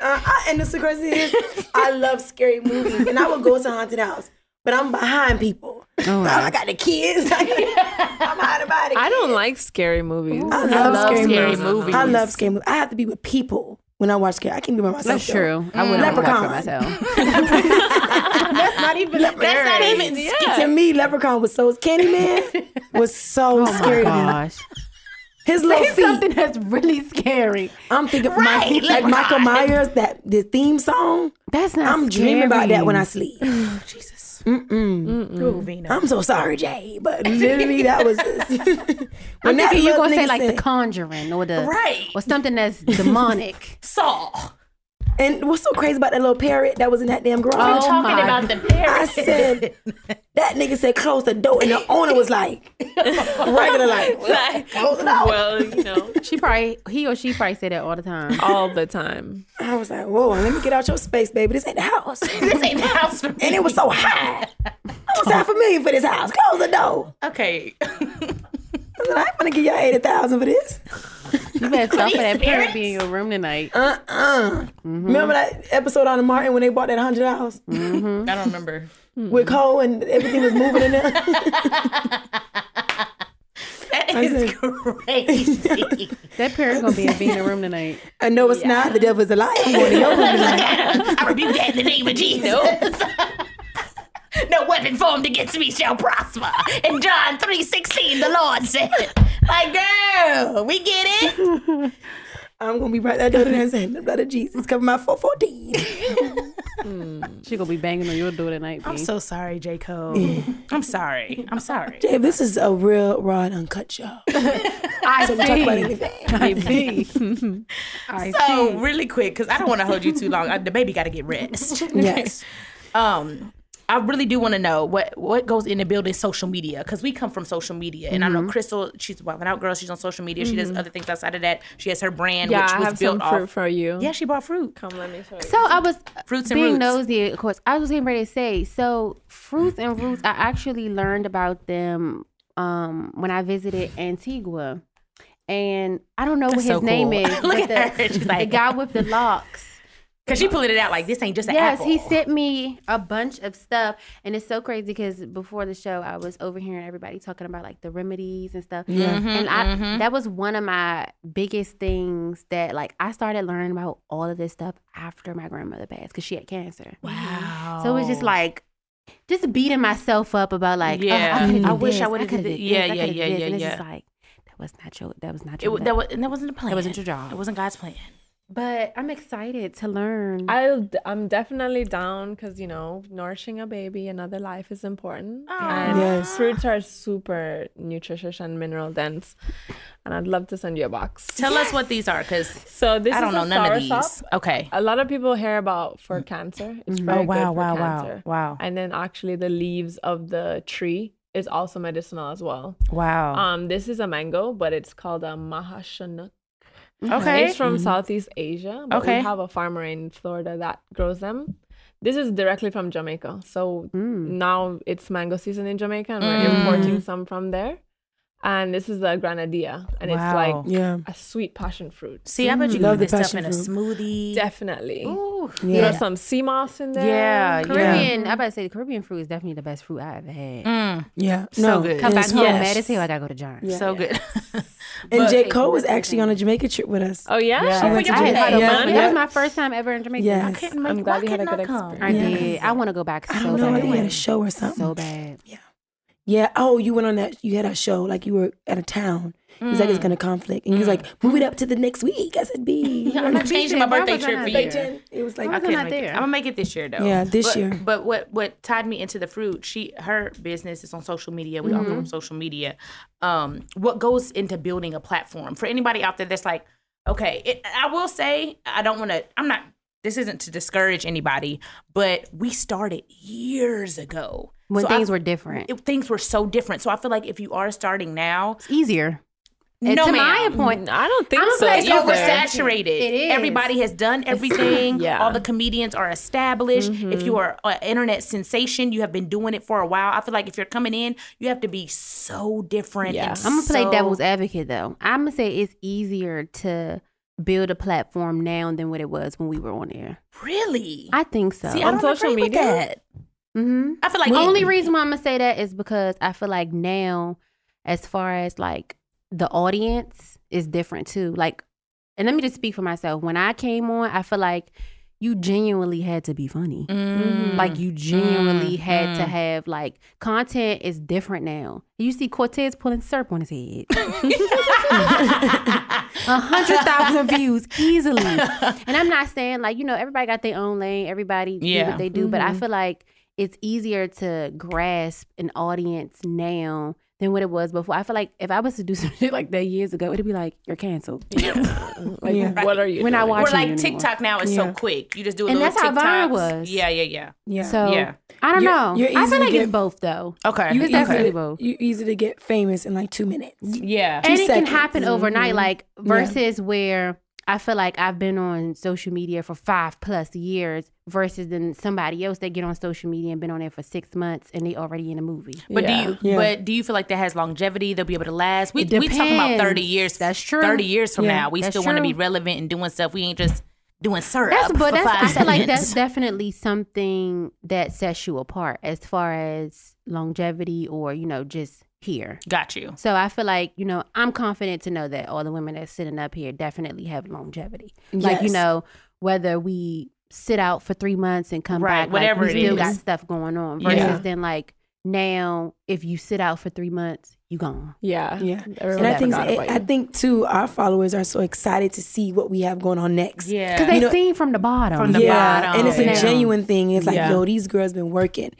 S4: Uh-uh. Uh, I, and the crazy is, I love scary movies, and I would go to haunted house. but I'm behind people.
S6: All
S4: So I
S6: right.
S4: got the kids. I'm out of body.
S5: I don't like scary movies.
S4: I
S1: I
S4: love,
S1: love
S4: scary,
S1: scary
S4: movies.
S1: movies.
S4: I love scary movies. I have to be with people when I watch scary. I can't be by myself.
S6: That's
S4: though.
S6: true. I wouldn't want to watch by
S4: Leprechaun.
S6: myself.
S1: That's not even. That's not even.
S4: To me, Leprechaun was so Candyman was so scary. to me.
S6: Gosh.
S4: His little feet.
S6: Something that's really scary.
S4: I'm thinking right, like Michael Myers that the theme song.
S6: That's not.
S4: I'm dreaming about that when I sleep. Oh,
S1: Jesus.
S4: Mm-mm. I'm so sorry, Jay, but literally that was just.
S6: I'm
S4: When that
S6: thinking you're
S4: little
S6: gonna say
S4: nigga
S6: like the
S4: said-
S6: Conjuring or the
S4: Right.
S6: or something that's demonic.
S1: Saul.
S4: And what's so crazy about that little parrot that was in that damn garage?
S6: Oh
S1: talking
S6: my
S1: about the
S4: I
S1: parents.
S4: said that nigga said close the door, and the owner was like, regular like,
S5: Like,
S4: close the door.
S5: well, you know,
S6: She probably he or she probably say that all the time.
S5: all the time.
S4: I was like, whoa, let me get out your space, baby. This ain't the house.
S1: this ain't the house for me.
S4: and it was so high. I was half a million for this house. Close the door.
S1: Okay.
S4: I was like, I'm gonna give y'all eighty thousand for this.
S6: You better stop for that parrot
S1: parents?
S6: being in your room tonight.
S4: Uh uh Remember that episode on the Martin when they bought that hundred dollars
S1: I don't remember.
S4: with coal and everything was moving in there.
S1: That is crazy.
S6: That parrot gonna be in being in the room tonight.
S4: I know it's not. The devil is a liar. I'm going to your room tonight.
S1: I rebuke that in the name of Jesus. no weapon formed against me shall prosper. In John 3.16, the Lord said, like, girl, we get it.
S4: I'm gonna be right that door to and saying, "The blood of Jesus cover my 414."
S6: She gonna be banging on your door tonight. B.
S1: so sorry, J. Cole. I'm sorry. I'm sorry.
S4: Dave, this is a real raw and uncut show. I so we talk about anything.
S1: So really quick, because I don't want to hold you too long. I, the baby got to get rest.
S4: Yes.
S1: um I really do want to know what what goes into building social media because we come from social media, and I know Crystal, she's wilding out girl. She's on social media. She does other things outside of that. She has her brand,
S5: Yeah,
S1: which
S5: I
S1: was
S5: have
S1: built
S5: some fruit
S1: off.
S5: for you.
S1: yeah, she bought fruit.
S5: Come, let me show you.
S6: So I was
S1: Fruits and
S6: being
S1: roots.
S6: nosy, of course. I was getting ready to say so. Fruits and roots. I actually learned about them um, when I visited Antigua, and I don't know what
S1: That's
S6: his
S1: so
S6: name
S1: cool.
S6: is.
S1: Look
S6: but
S1: at
S6: the,
S1: her. She's
S6: the
S1: like-
S6: guy with the locks.
S1: Cause she pulling it out like this ain't just an
S6: Yes,
S1: apple.
S6: he sent me a bunch of stuff, and it's so crazy because before the show, I was overhearing everybody talking about like the remedies and stuff. Yeah,
S1: Mm-hmm,
S6: and I that was one of my biggest things that like I started learning about all of this stuff after my grandmother passed because she had cancer.
S1: Wow.
S6: So it was just like. Just beating myself up about like, yeah,
S1: Yeah.
S6: I, could've
S1: I
S6: did
S1: wish I
S6: this,
S1: would've
S6: could've
S1: did
S6: did
S1: thi- yeah,
S6: this, I
S1: yeah,
S6: could've
S1: yeah,
S6: did this.
S1: yeah,
S6: And it's just
S1: yeah.
S6: like that was not your, that was not
S1: it,
S6: your,
S1: wa- that,
S6: that
S1: was, that wasn't the plan.
S6: wasn't your job.
S1: It wasn't God's plan.
S6: But I'm excited to learn.
S5: I'll, d- I'm definitely down because you know nourishing a baby, another life is important. And
S4: Yes.
S5: fruits are super nutritious and mineral dense, and I'd love to send you a box.
S1: Tell us what these are, cause
S5: So this
S1: I don't
S5: is
S1: know
S5: a
S1: none of
S5: soursop.
S1: these. Okay.
S5: A lot of people hear about for
S1: Mm-hmm.
S5: cancer. It's very good for cancer.
S1: Oh, wow,
S5: And then actually the leaves of the tree is also medicinal as well.
S1: wow.
S5: Um, this is a mango, but it's called a mahashanuk.
S1: okay.
S5: It's from Southeast Asia. But
S1: Okay.
S5: We have a farmer in Florida that grows them. This is directly from Jamaica. So now it's mango season in Jamaica and we're
S4: Mm.
S5: importing some from there. And this is the granadilla. And
S1: Wow.
S5: it's like
S4: Yeah.
S5: a sweet passion fruit.
S1: See, I bet you
S4: Love
S1: can put
S4: the
S1: this stuff in a
S4: passion
S1: smoothie.
S5: Definitely.
S1: Ooh.
S5: You know, some sea moss in there.
S1: Oh. Yeah, yeah.
S6: Caribbean, I about to say the Caribbean fruit is definitely the best fruit I ever had.
S1: Mm,
S4: Yeah.
S1: So good.
S6: Come
S4: and
S6: back
S4: it's-
S6: home
S4: yes.
S6: mad as hell. I gotta go to John.
S1: so good.
S4: And J.
S6: But-
S4: Cole was actually on a Jamaica trip with us.
S5: Oh, yeah?
S1: I forget
S6: I
S1: you
S6: had
S1: had
S6: so
S1: a
S6: much-
S4: Yeah.
S6: That was my first time ever in Jamaica.
S4: Yes.
S1: Couldn't make-
S5: I'm
S1: why
S5: glad you had a
S1: couldn't
S5: good
S1: I come?
S6: I
S5: experience.
S6: did. I want to go back so
S4: I don't know. I
S6: bad.
S4: think we had a show or something.
S6: so bad.
S4: Yeah. Oh, you went on that. You had a show like you were at a town. He's like, it's gonna conflict, and he was like, move it up to the next week. I said, B.
S1: I'm not changing my
S6: Why
S1: birthday
S6: was I
S1: trip
S6: not
S1: for
S6: there?
S1: you.
S4: It was
S6: I
S4: like,
S6: couldn't
S1: couldn't
S6: make
S1: make
S6: it.
S1: It. I'm gonna make it this year though.
S4: Yeah, this
S1: But-
S4: year.
S1: But what what tied me into the fruit? She her business is on social media. We all go on social media. Um, what goes into building a platform for anybody out there that's like, okay, it, I will say I don't want to. I'm not. This isn't to discourage anybody, but we started years ago
S6: When
S1: So I-
S6: things were different,
S1: It, things were so different. So I feel like if you are starting now,
S6: it's easier. And
S1: no
S6: to
S1: ma'am.
S6: my point,
S5: I don't think
S6: I'm a
S5: so.
S6: place
S1: It's
S6: Either.
S1: oversaturated.
S6: It is.
S1: Everybody has done everything.
S5: Yeah.
S1: All the comedians are established. If you
S6: Mm-hmm.
S1: are an internet sensation, you have been doing it for a while. I feel like if you're coming in, you have to be so different.
S5: Yeah.
S6: I'm gonna play
S1: so-
S6: devil's advocate though. I'm gonna say it's easier to build a platform now than what it was when we were on air.
S1: Really?
S6: I think so.
S1: See, I don't
S5: social
S1: agree with
S5: media?
S1: that.
S6: Mm-hmm.
S1: I feel like
S6: the
S1: it-
S6: only reason why I'm gonna say that is because I feel like now, as far as like the audience is different too. Like, and let me just speak for myself. When I came on, I feel like you genuinely had to be funny.
S1: Mm.
S6: Like you genuinely
S1: Mm,
S6: had to
S1: mm.
S6: have like content is different now. You see Cortez pulling syrup on his head. A hundred thousand views easily. And I'm not saying like, you know, everybody got their own lane, everybody do
S1: Yeah.
S6: what they do, but I
S4: Mm-hmm.
S6: feel like it's easier to grasp an audience now than what it was before. I feel like if I was to do some shit like that years ago, it'd be like, you're canceled. like,
S5: What are you?
S6: We're not
S5: doing?
S6: watching
S1: Or like
S6: you anymore.
S1: TikTok now is
S4: Yeah.
S1: so quick. You just do a
S6: And
S1: little
S6: that's how Vine
S1: TikToks.
S6: was.
S1: Yeah, yeah, yeah.
S4: Yeah.
S6: So
S1: Yeah.
S6: I don't
S4: You're-
S6: know.
S4: you're
S6: I feel
S4: easily
S6: like it's
S4: get-
S6: both though.
S1: Okay.
S6: You
S4: You
S6: was
S1: okay.
S4: easy
S6: definitely
S4: to-
S6: both.
S4: You easy to get famous in like two minutes.
S1: Yeah.
S6: and
S4: Two
S6: it
S4: seconds.
S6: can happen overnight
S4: Mhm.
S6: like versus where i feel like i've been on social media for five plus years versus then somebody else that get on social media and been on there for six months and they already in a movie
S1: But
S5: Yeah.
S1: do you
S4: Yeah.
S1: but do you feel like that has longevity? They'll be able to last. We
S6: It
S1: we talking about
S6: depends.
S1: thirty years.
S6: That's true.
S1: Thirty years from
S4: Yeah,
S1: now, we
S6: that's
S1: still want to
S6: true.
S1: be relevant and doing stuff. We ain't just doing syrup.
S6: that's but
S1: for
S6: that's
S1: five
S6: i feel like
S1: seconds.
S6: that's definitely something that sets you apart as far as longevity or you know just here
S1: got you.
S6: so I feel like you know I'm confident to know that all the women that's sitting up here definitely have longevity. Like you
S4: Yes.
S6: know whether we sit out for three months and come
S1: Right,
S6: back,
S1: whatever
S6: like,
S1: it
S6: we still
S1: is.
S6: got stuff going on. Versus
S1: Yeah.
S6: then like now if you sit out for three months, you gone.
S5: Yeah.
S4: Yeah.
S5: Everyone
S4: And I think
S5: forgot about
S4: I
S5: you.
S4: think too, our followers are so excited to see what we have going on next.
S1: Yeah.
S6: Because they
S4: You know-
S6: seen from the bottom.
S1: From the
S4: yeah,
S1: bottom.
S4: and it's
S6: Yeah.
S4: a genuine thing. It's like,
S5: Yeah.
S4: yo, these girls been working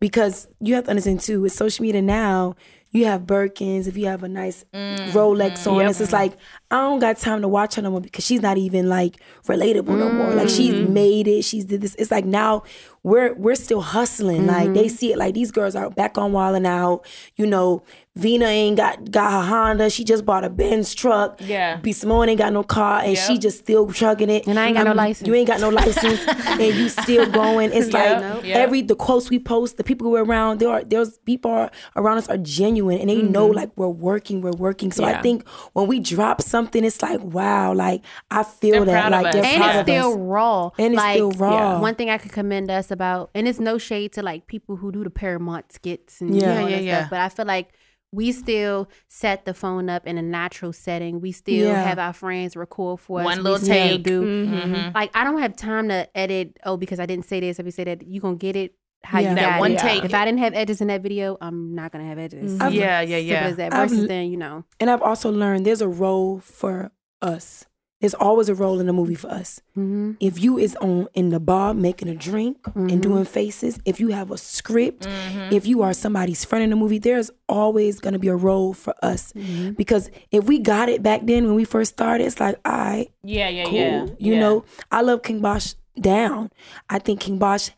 S4: because you have to understand too. With social media now, you have Birkins. If you have a nice
S6: Mm-hmm.
S4: Rolex on, it's just like I don't got time to watch her no more because she's not even like relatable no more. Like she's
S6: Mm-hmm.
S4: made it. She's did this. It's like now we're we're still hustling. Like they
S6: Mm-hmm.
S4: see it. Like these girls are back on wilding out. You know, Vina ain't got got her Honda. She just bought a Benz truck.
S1: Yeah.
S4: B Simone ain't got no car, and she just still trucking it.
S6: And I ain't got no license.
S4: You ain't got no license and you still going. It's like every the quotes we post, the people we're around, there are there's people are, around us are genuine and they
S1: Mm-hmm.
S4: know like we're working, we're working. So I think when we drop something, it's like wow, like I feel
S1: They're
S4: that
S1: proud of
S4: like
S1: us.
S4: they're
S6: and
S4: proud
S6: it's
S4: of us.
S6: still raw.
S4: And it's
S6: like,
S4: still raw.
S6: One thing I could commend us about, and it's no shade to like people who do the Paramount skits and
S4: Yeah.
S6: all
S1: Yeah,
S6: that
S1: yeah, yeah.
S6: stuff, but I feel like we still set the phone up in a natural setting. We still
S4: Yeah.
S6: have our friends record for us.
S1: One
S6: We
S1: little
S6: still
S1: take. Mm-hmm.
S6: Do.
S5: Mm-hmm.
S6: Like I don't have time to edit. Oh, because I didn't say this. I didn't say that. You gonna get it how
S4: Yeah.
S6: you
S4: That
S6: got
S1: one
S6: it.
S1: take.
S6: If I didn't have edges in that video, I'm not gonna have edges.
S4: I've-
S1: yeah, yeah,
S6: Simple
S1: yeah.
S6: as that.
S4: Mm-hmm. I've-
S6: Versus then, you know.
S4: And I've also learned there's a role for us. There's always a role in a movie for us.
S6: hmm
S4: If you is on in the bar making a drink and doing faces, if you have a script, if you are somebody's friend in a movie, there's always gonna be a role for us. Because if we got it back then when we first started, it's like, all right,
S1: Yeah, yeah,
S4: cool.
S1: yeah.
S4: You
S1: yeah.
S4: know, I love King Bosch down. I think King Bosch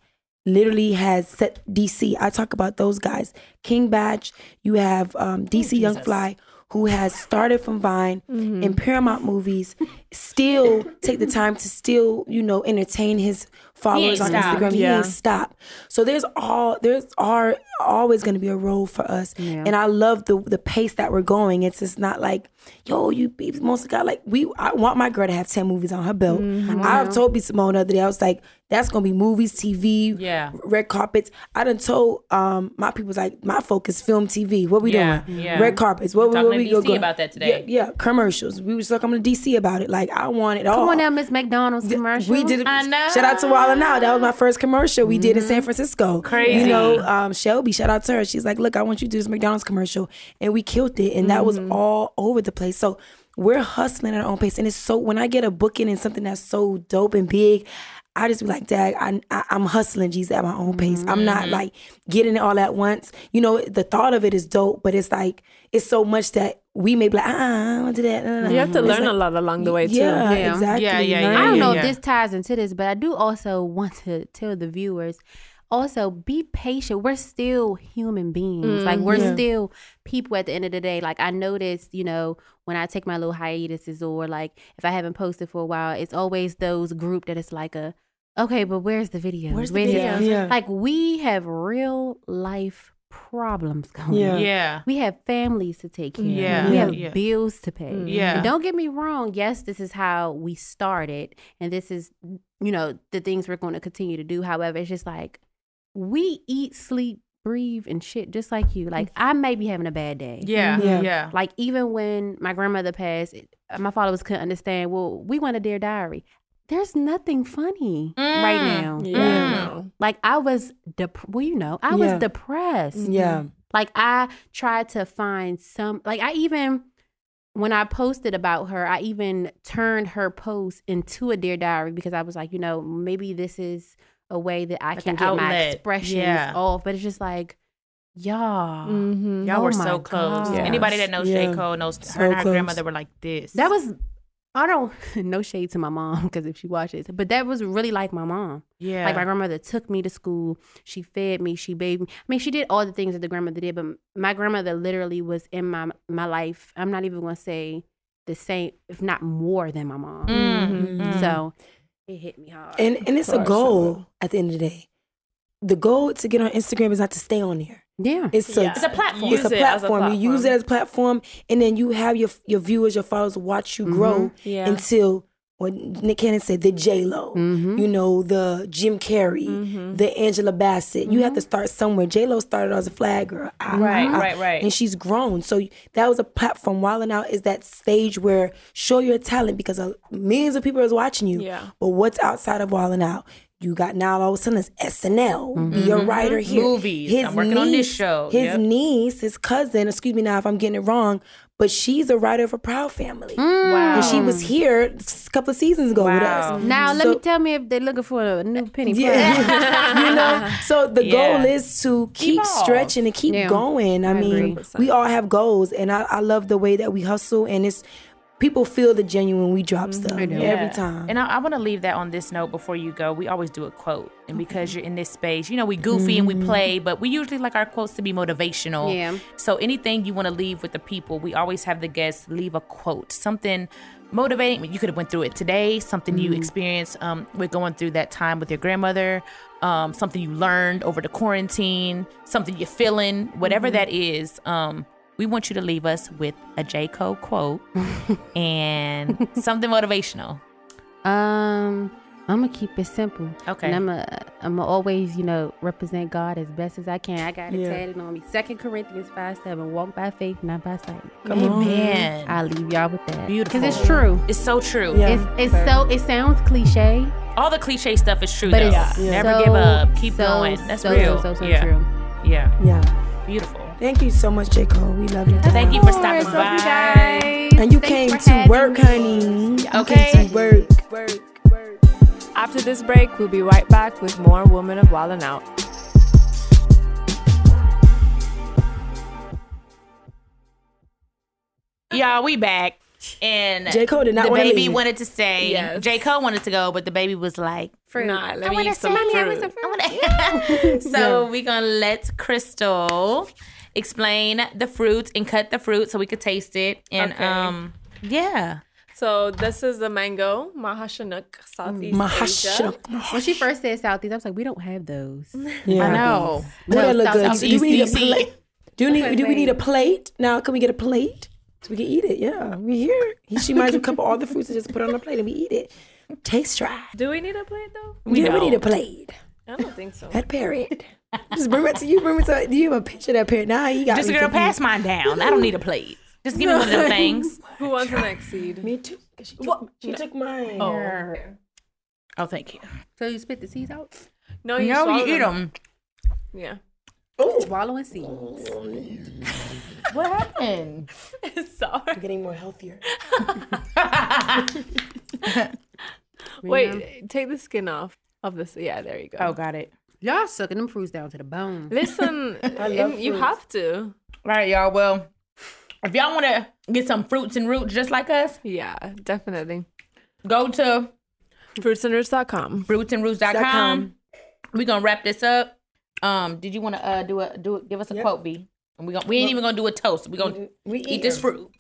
S4: literally has set DC. I talk about those guys. King Batch, you have um, DC Young Fly, who has started from Vine
S1: Mm-hmm.
S4: in Paramount movies, still take the time to still, you know, entertain his followers
S1: ain't
S4: on
S1: stopped,
S4: Instagram. He
S5: yeah.
S4: ain't stop. So there's all there's are always going to be a role for us, and I love the the pace that we're going. It's just not like, yo, you be mostly got like we. I want my girl to have ten movies on her belt.
S1: Mm-hmm.
S4: I've told B Simone the other day. I was like, that's gonna be movies, TV,
S1: Yeah.
S4: red carpets. I done told um my people's like my focus film, TV. What we
S1: Yeah,
S4: doing?
S1: yeah.
S4: Red carpets. What, what,
S1: Talking
S4: what
S1: to
S4: we
S1: DC
S4: go-
S1: about that today.
S4: Yeah, yeah, commercials. We was talking to DC about it. Like I want it all.
S6: Come on now, Miss McDonald's commercial.
S4: Oh, We did.
S1: I know.
S4: Shout out to Walla Now. That was my first commercial we did in
S5: Mm-hmm.
S4: San Francisco.
S1: Crazy.
S4: You know, um, Shelby. Shout out to her. She's like, look, I want you to do this McDonald's commercial, and we killed it, and that was
S5: Mm-hmm.
S4: all over the place. So we're hustling at our own pace, and it's so. When I get a booking and something that's so dope and big. I just be like, Dag, I, I, I'm hustling G's at my own pace. I'm
S5: Mm-hmm.
S4: not like getting it all at once. You know, the thought of it is dope, but it's like, it's so much that we may be like, ah, I don't wanna do that.
S5: you have to learn a lot along the way too.
S4: Yeah,
S6: Yeah.
S4: exactly.
S1: Yeah, yeah,
S4: Learn
S1: yeah,
S6: I don't
S1: yeah,
S6: know
S1: yeah.
S6: if this ties into this, but I do also want to tell the viewers also be patient. We're still human beings. Like we're still people at the end of the day. Like I noticed, you know, when I take my little hiatuses or like if I haven't posted for a while, it's always those group that it's like a okay, but where's the video? Where's the
S4: videos? Yeah.
S6: Like we have real life problems going.
S4: Yeah.
S6: on.
S1: Yeah.
S6: We have families to take care of.
S1: Yeah,
S6: We have
S1: yeah. Mm-hmm.
S6: bills to pay.
S1: Yeah.
S6: And don't get me wrong. Yes, this is how we started. And this is, you know, the things we're going to continue to do. However, it's just like we eat, sleep, breathe, and shit just like you. Like
S1: Mm.
S6: I may be having a bad day.
S7: Yeah, yeah.
S4: Yeah.
S1: Mm-hmm.
S6: Like even when my grandmother passed, it- uh, my followers couldn't understand. Well, we want a dear diary. There's nothing funny right
S1: Mm.
S6: now.
S4: Yeah.
S5: Mm.
S6: Like I was dep- well, you know,
S4: Yeah.
S6: I was depressed.
S4: Yeah.
S6: Like I tried to find some like I even when I posted about her, I even turned her post into a dear diary because I was like, you know, maybe this is a way that I
S1: Like
S6: can
S1: an
S6: get my
S1: outlet.
S6: expressions
S1: Yeah.
S6: off. But it's just like, y'all.
S4: Mm.
S5: Mm-hmm.
S1: Y'all
S6: Oh
S1: were
S6: my
S1: so close.
S6: gosh.
S1: Anybody that knows J.
S4: Yeah.
S1: Cole knows
S4: So
S1: her and her
S4: close.
S1: grandmother were like this.
S6: That was I don't no shade to my mom because if she watches, but that was really like my mom.
S1: yeah.
S6: Like my grandmother took me to school. She fed me. She bathed me. I mean, she did all the things that the grandmother did. But my grandmother literally was in my my life. I'm not even gonna say the same, if not more than my mom.
S1: Mm, mm.
S6: So it hit me hard.
S4: Mm-hmm. And and it's a goal at the end of the day. The goal to get on Instagram is not to stay on there.
S6: yeah,
S4: It's to
S5: Yeah. It's a
S1: platform.
S4: It's
S5: Use
S4: a
S5: it as a
S4: platform. You use it
S5: platform.
S4: as a platform, and then you have your your viewers, your followers watch you grow
S5: Yeah.
S4: until what Nick Cannon said, the J Lo.
S6: Mhm.
S4: You know, the Jim Carrey,
S5: E. Mm-hmm.
S4: the Angela Bassett. You have to start somewhere. J Lo started as a flag girl. Ah,
S1: Mm-hmm. Right,
S4: ah, ah.
S1: right, right.
S4: And she's grown. So that was a platform. Wilding Out is that stage where show your talent because uh, millions of people is watching you.
S5: Yeah.
S4: But what's outside of Wilding Out? You got now all of a sudden it's SNL. Be a writer here.
S1: Mm-hmm. Movies. I'm working on this show.
S4: His
S1: Yep.
S4: niece, his cousin, excuse me now if I'm getting it wrong, but she's a writer for Proud Family.
S1: wow.
S4: And she was here a couple of seasons ago with
S1: Wow.
S4: us.
S6: Now let
S4: So-
S6: me tell me if they're looking for a new penny. Price.
S4: yeah, you know. So the
S1: Yeah.
S4: goal is to keep
S1: Evolve.
S4: stretching and keep
S6: Yeah,
S4: going. I,
S6: I
S4: mean,
S6: agree.
S4: we all have goals, and I, I love the way that we hustle, and it's people feel the genuine. We drop stuff
S6: do.
S4: every
S1: Yeah.
S4: time.
S1: And I, I want to leave that on this note before you go. We always do a quote. And because you're in this space, you know, we goofy and we play, but we usually like our quotes to be motivational.
S6: Yeah.
S1: So anything you want to leave with the people, we always have the guests leave a quote, something motivating. You could have went through it today, something you experienced um, with going through that time with your grandmother, um, something you learned over the quarantine, something you're feeling, whatever that is. Um, we want you to leave us with a J. Cole quote and something motivational.
S6: Um, I'm gonna keep it simple.
S1: Okay.
S6: And I'm gonna I'm gonna always, you know, represent God as best as I can. I got it
S4: Yeah.
S6: tatted on me. Second Corinthians five seven. Walk by faith, not by sight.
S1: Amen.
S6: I leave y'all with that.
S1: Beautiful.
S6: Cause it's true.
S1: It's so true.
S4: Yeah.
S6: It's it's so it sounds cliche,
S1: All the cliche stuff is true,
S6: but
S1: though.
S6: it's
S1: Never
S6: so,
S1: give up. Keep
S6: so,
S1: going. That's
S6: so,
S1: real.
S6: So so, so
S1: yeah.
S6: true.
S1: Yeah.
S4: yeah.
S1: Beautiful.
S4: Thank you so much, J Cole. We love you.
S1: Thank you for stopping
S6: Alright, so
S1: by.
S6: you guys,
S4: And you
S6: thanks
S4: came
S6: for
S4: to
S6: having
S4: work,
S6: me.
S4: honey. You
S1: Okay.
S4: came to work. Work. Work.
S5: After this break, we'll be right back with more Women of Wildin' Out.
S1: Y'all, we back. And
S4: J Cole did not
S1: the
S4: want to
S1: baby
S4: leave.
S1: wanted to stay.
S5: Yes.
S1: J. Cole wanted to go, but the baby was like,
S6: Fruit.
S5: Nah, let
S6: I
S5: me
S6: wanna
S5: eat
S6: say,
S5: some
S6: mommy, I want
S5: fruit.
S6: some fruit.
S1: so we're going to let Crystal explain the fruit and cut the fruit so we could taste it. And,
S5: Okay.
S1: um, yeah.
S5: So this is the mango mahashanuk Southeast Asia.
S4: Mahashra.
S6: When she first said Southeast, I was like, we don't have those.
S4: Yeah.
S1: I know.
S4: What that look good?
S6: Southeast
S4: Do we need a
S1: DC.
S4: plate? Do we need, do we
S6: wait.
S4: need a plate? Now, can we get a plate? So we can eat it. Yeah, we here. He, she might as well cup all the fruits and just put it on a plate and we eat it. Taste try.
S5: Do we need a plate though?
S4: We yeah, we need a plate.
S5: I don't think so.
S4: That parrot. just bring it to you. Bring it to you. Have a picture of that parrot. Nah, he got
S1: Just
S4: me
S1: girl,
S4: confused.
S1: pass mine down. I don't need a plate. Just give me one of them things.
S5: Who wants the next seed?
S4: Me too. 'cause She took, she took mine.
S1: Oh, thank you.
S6: So you spit the seeds out?
S5: No, you
S1: No,
S5: swallow
S1: Oh, you eat them.
S5: Yeah.
S6: Swallowing seeds.
S1: What happened?
S4: I'm getting more healthier.
S5: Wait, take the skin off of this. Yeah, there you go.
S1: oh, got it.
S6: Y'all sucking them fruits down to the bone.
S5: Listen, it- you have to.
S1: All right, y'all. Well, if y'all want to get some fruits and roots just like us,
S5: Yeah, definitely.
S1: go to
S5: Fruitsandroots.com.
S1: fruitsandroots.com. We're going to wrap this up. Um, did you want to uh, do a do a, give us a quote, B? And we gonna, we ain't even gonna do a toast. We gonna
S4: We
S1: eat this fruit.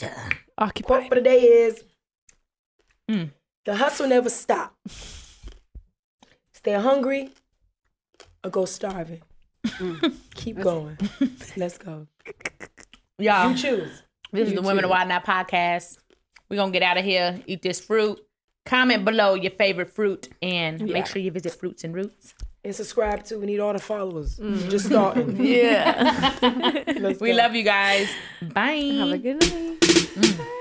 S5: Occupy.
S4: Quote for the day is
S1: Mm.
S4: the hustle never stop. Stay hungry or go starving. Mm. Keep going. Let's go.
S1: Y'all,
S4: You choose.
S1: this is the Women of Why Not podcast. We're gonna get out of here. Eat this fruit. Comment below your favorite fruit and make sure you visit Fruits and Roots.
S4: and subscribe to. We need all the followers. Just starting.
S5: Yeah.
S4: Let's
S1: We
S4: go.
S1: love you guys. Bye.
S5: Have a good night.
S4: Bye.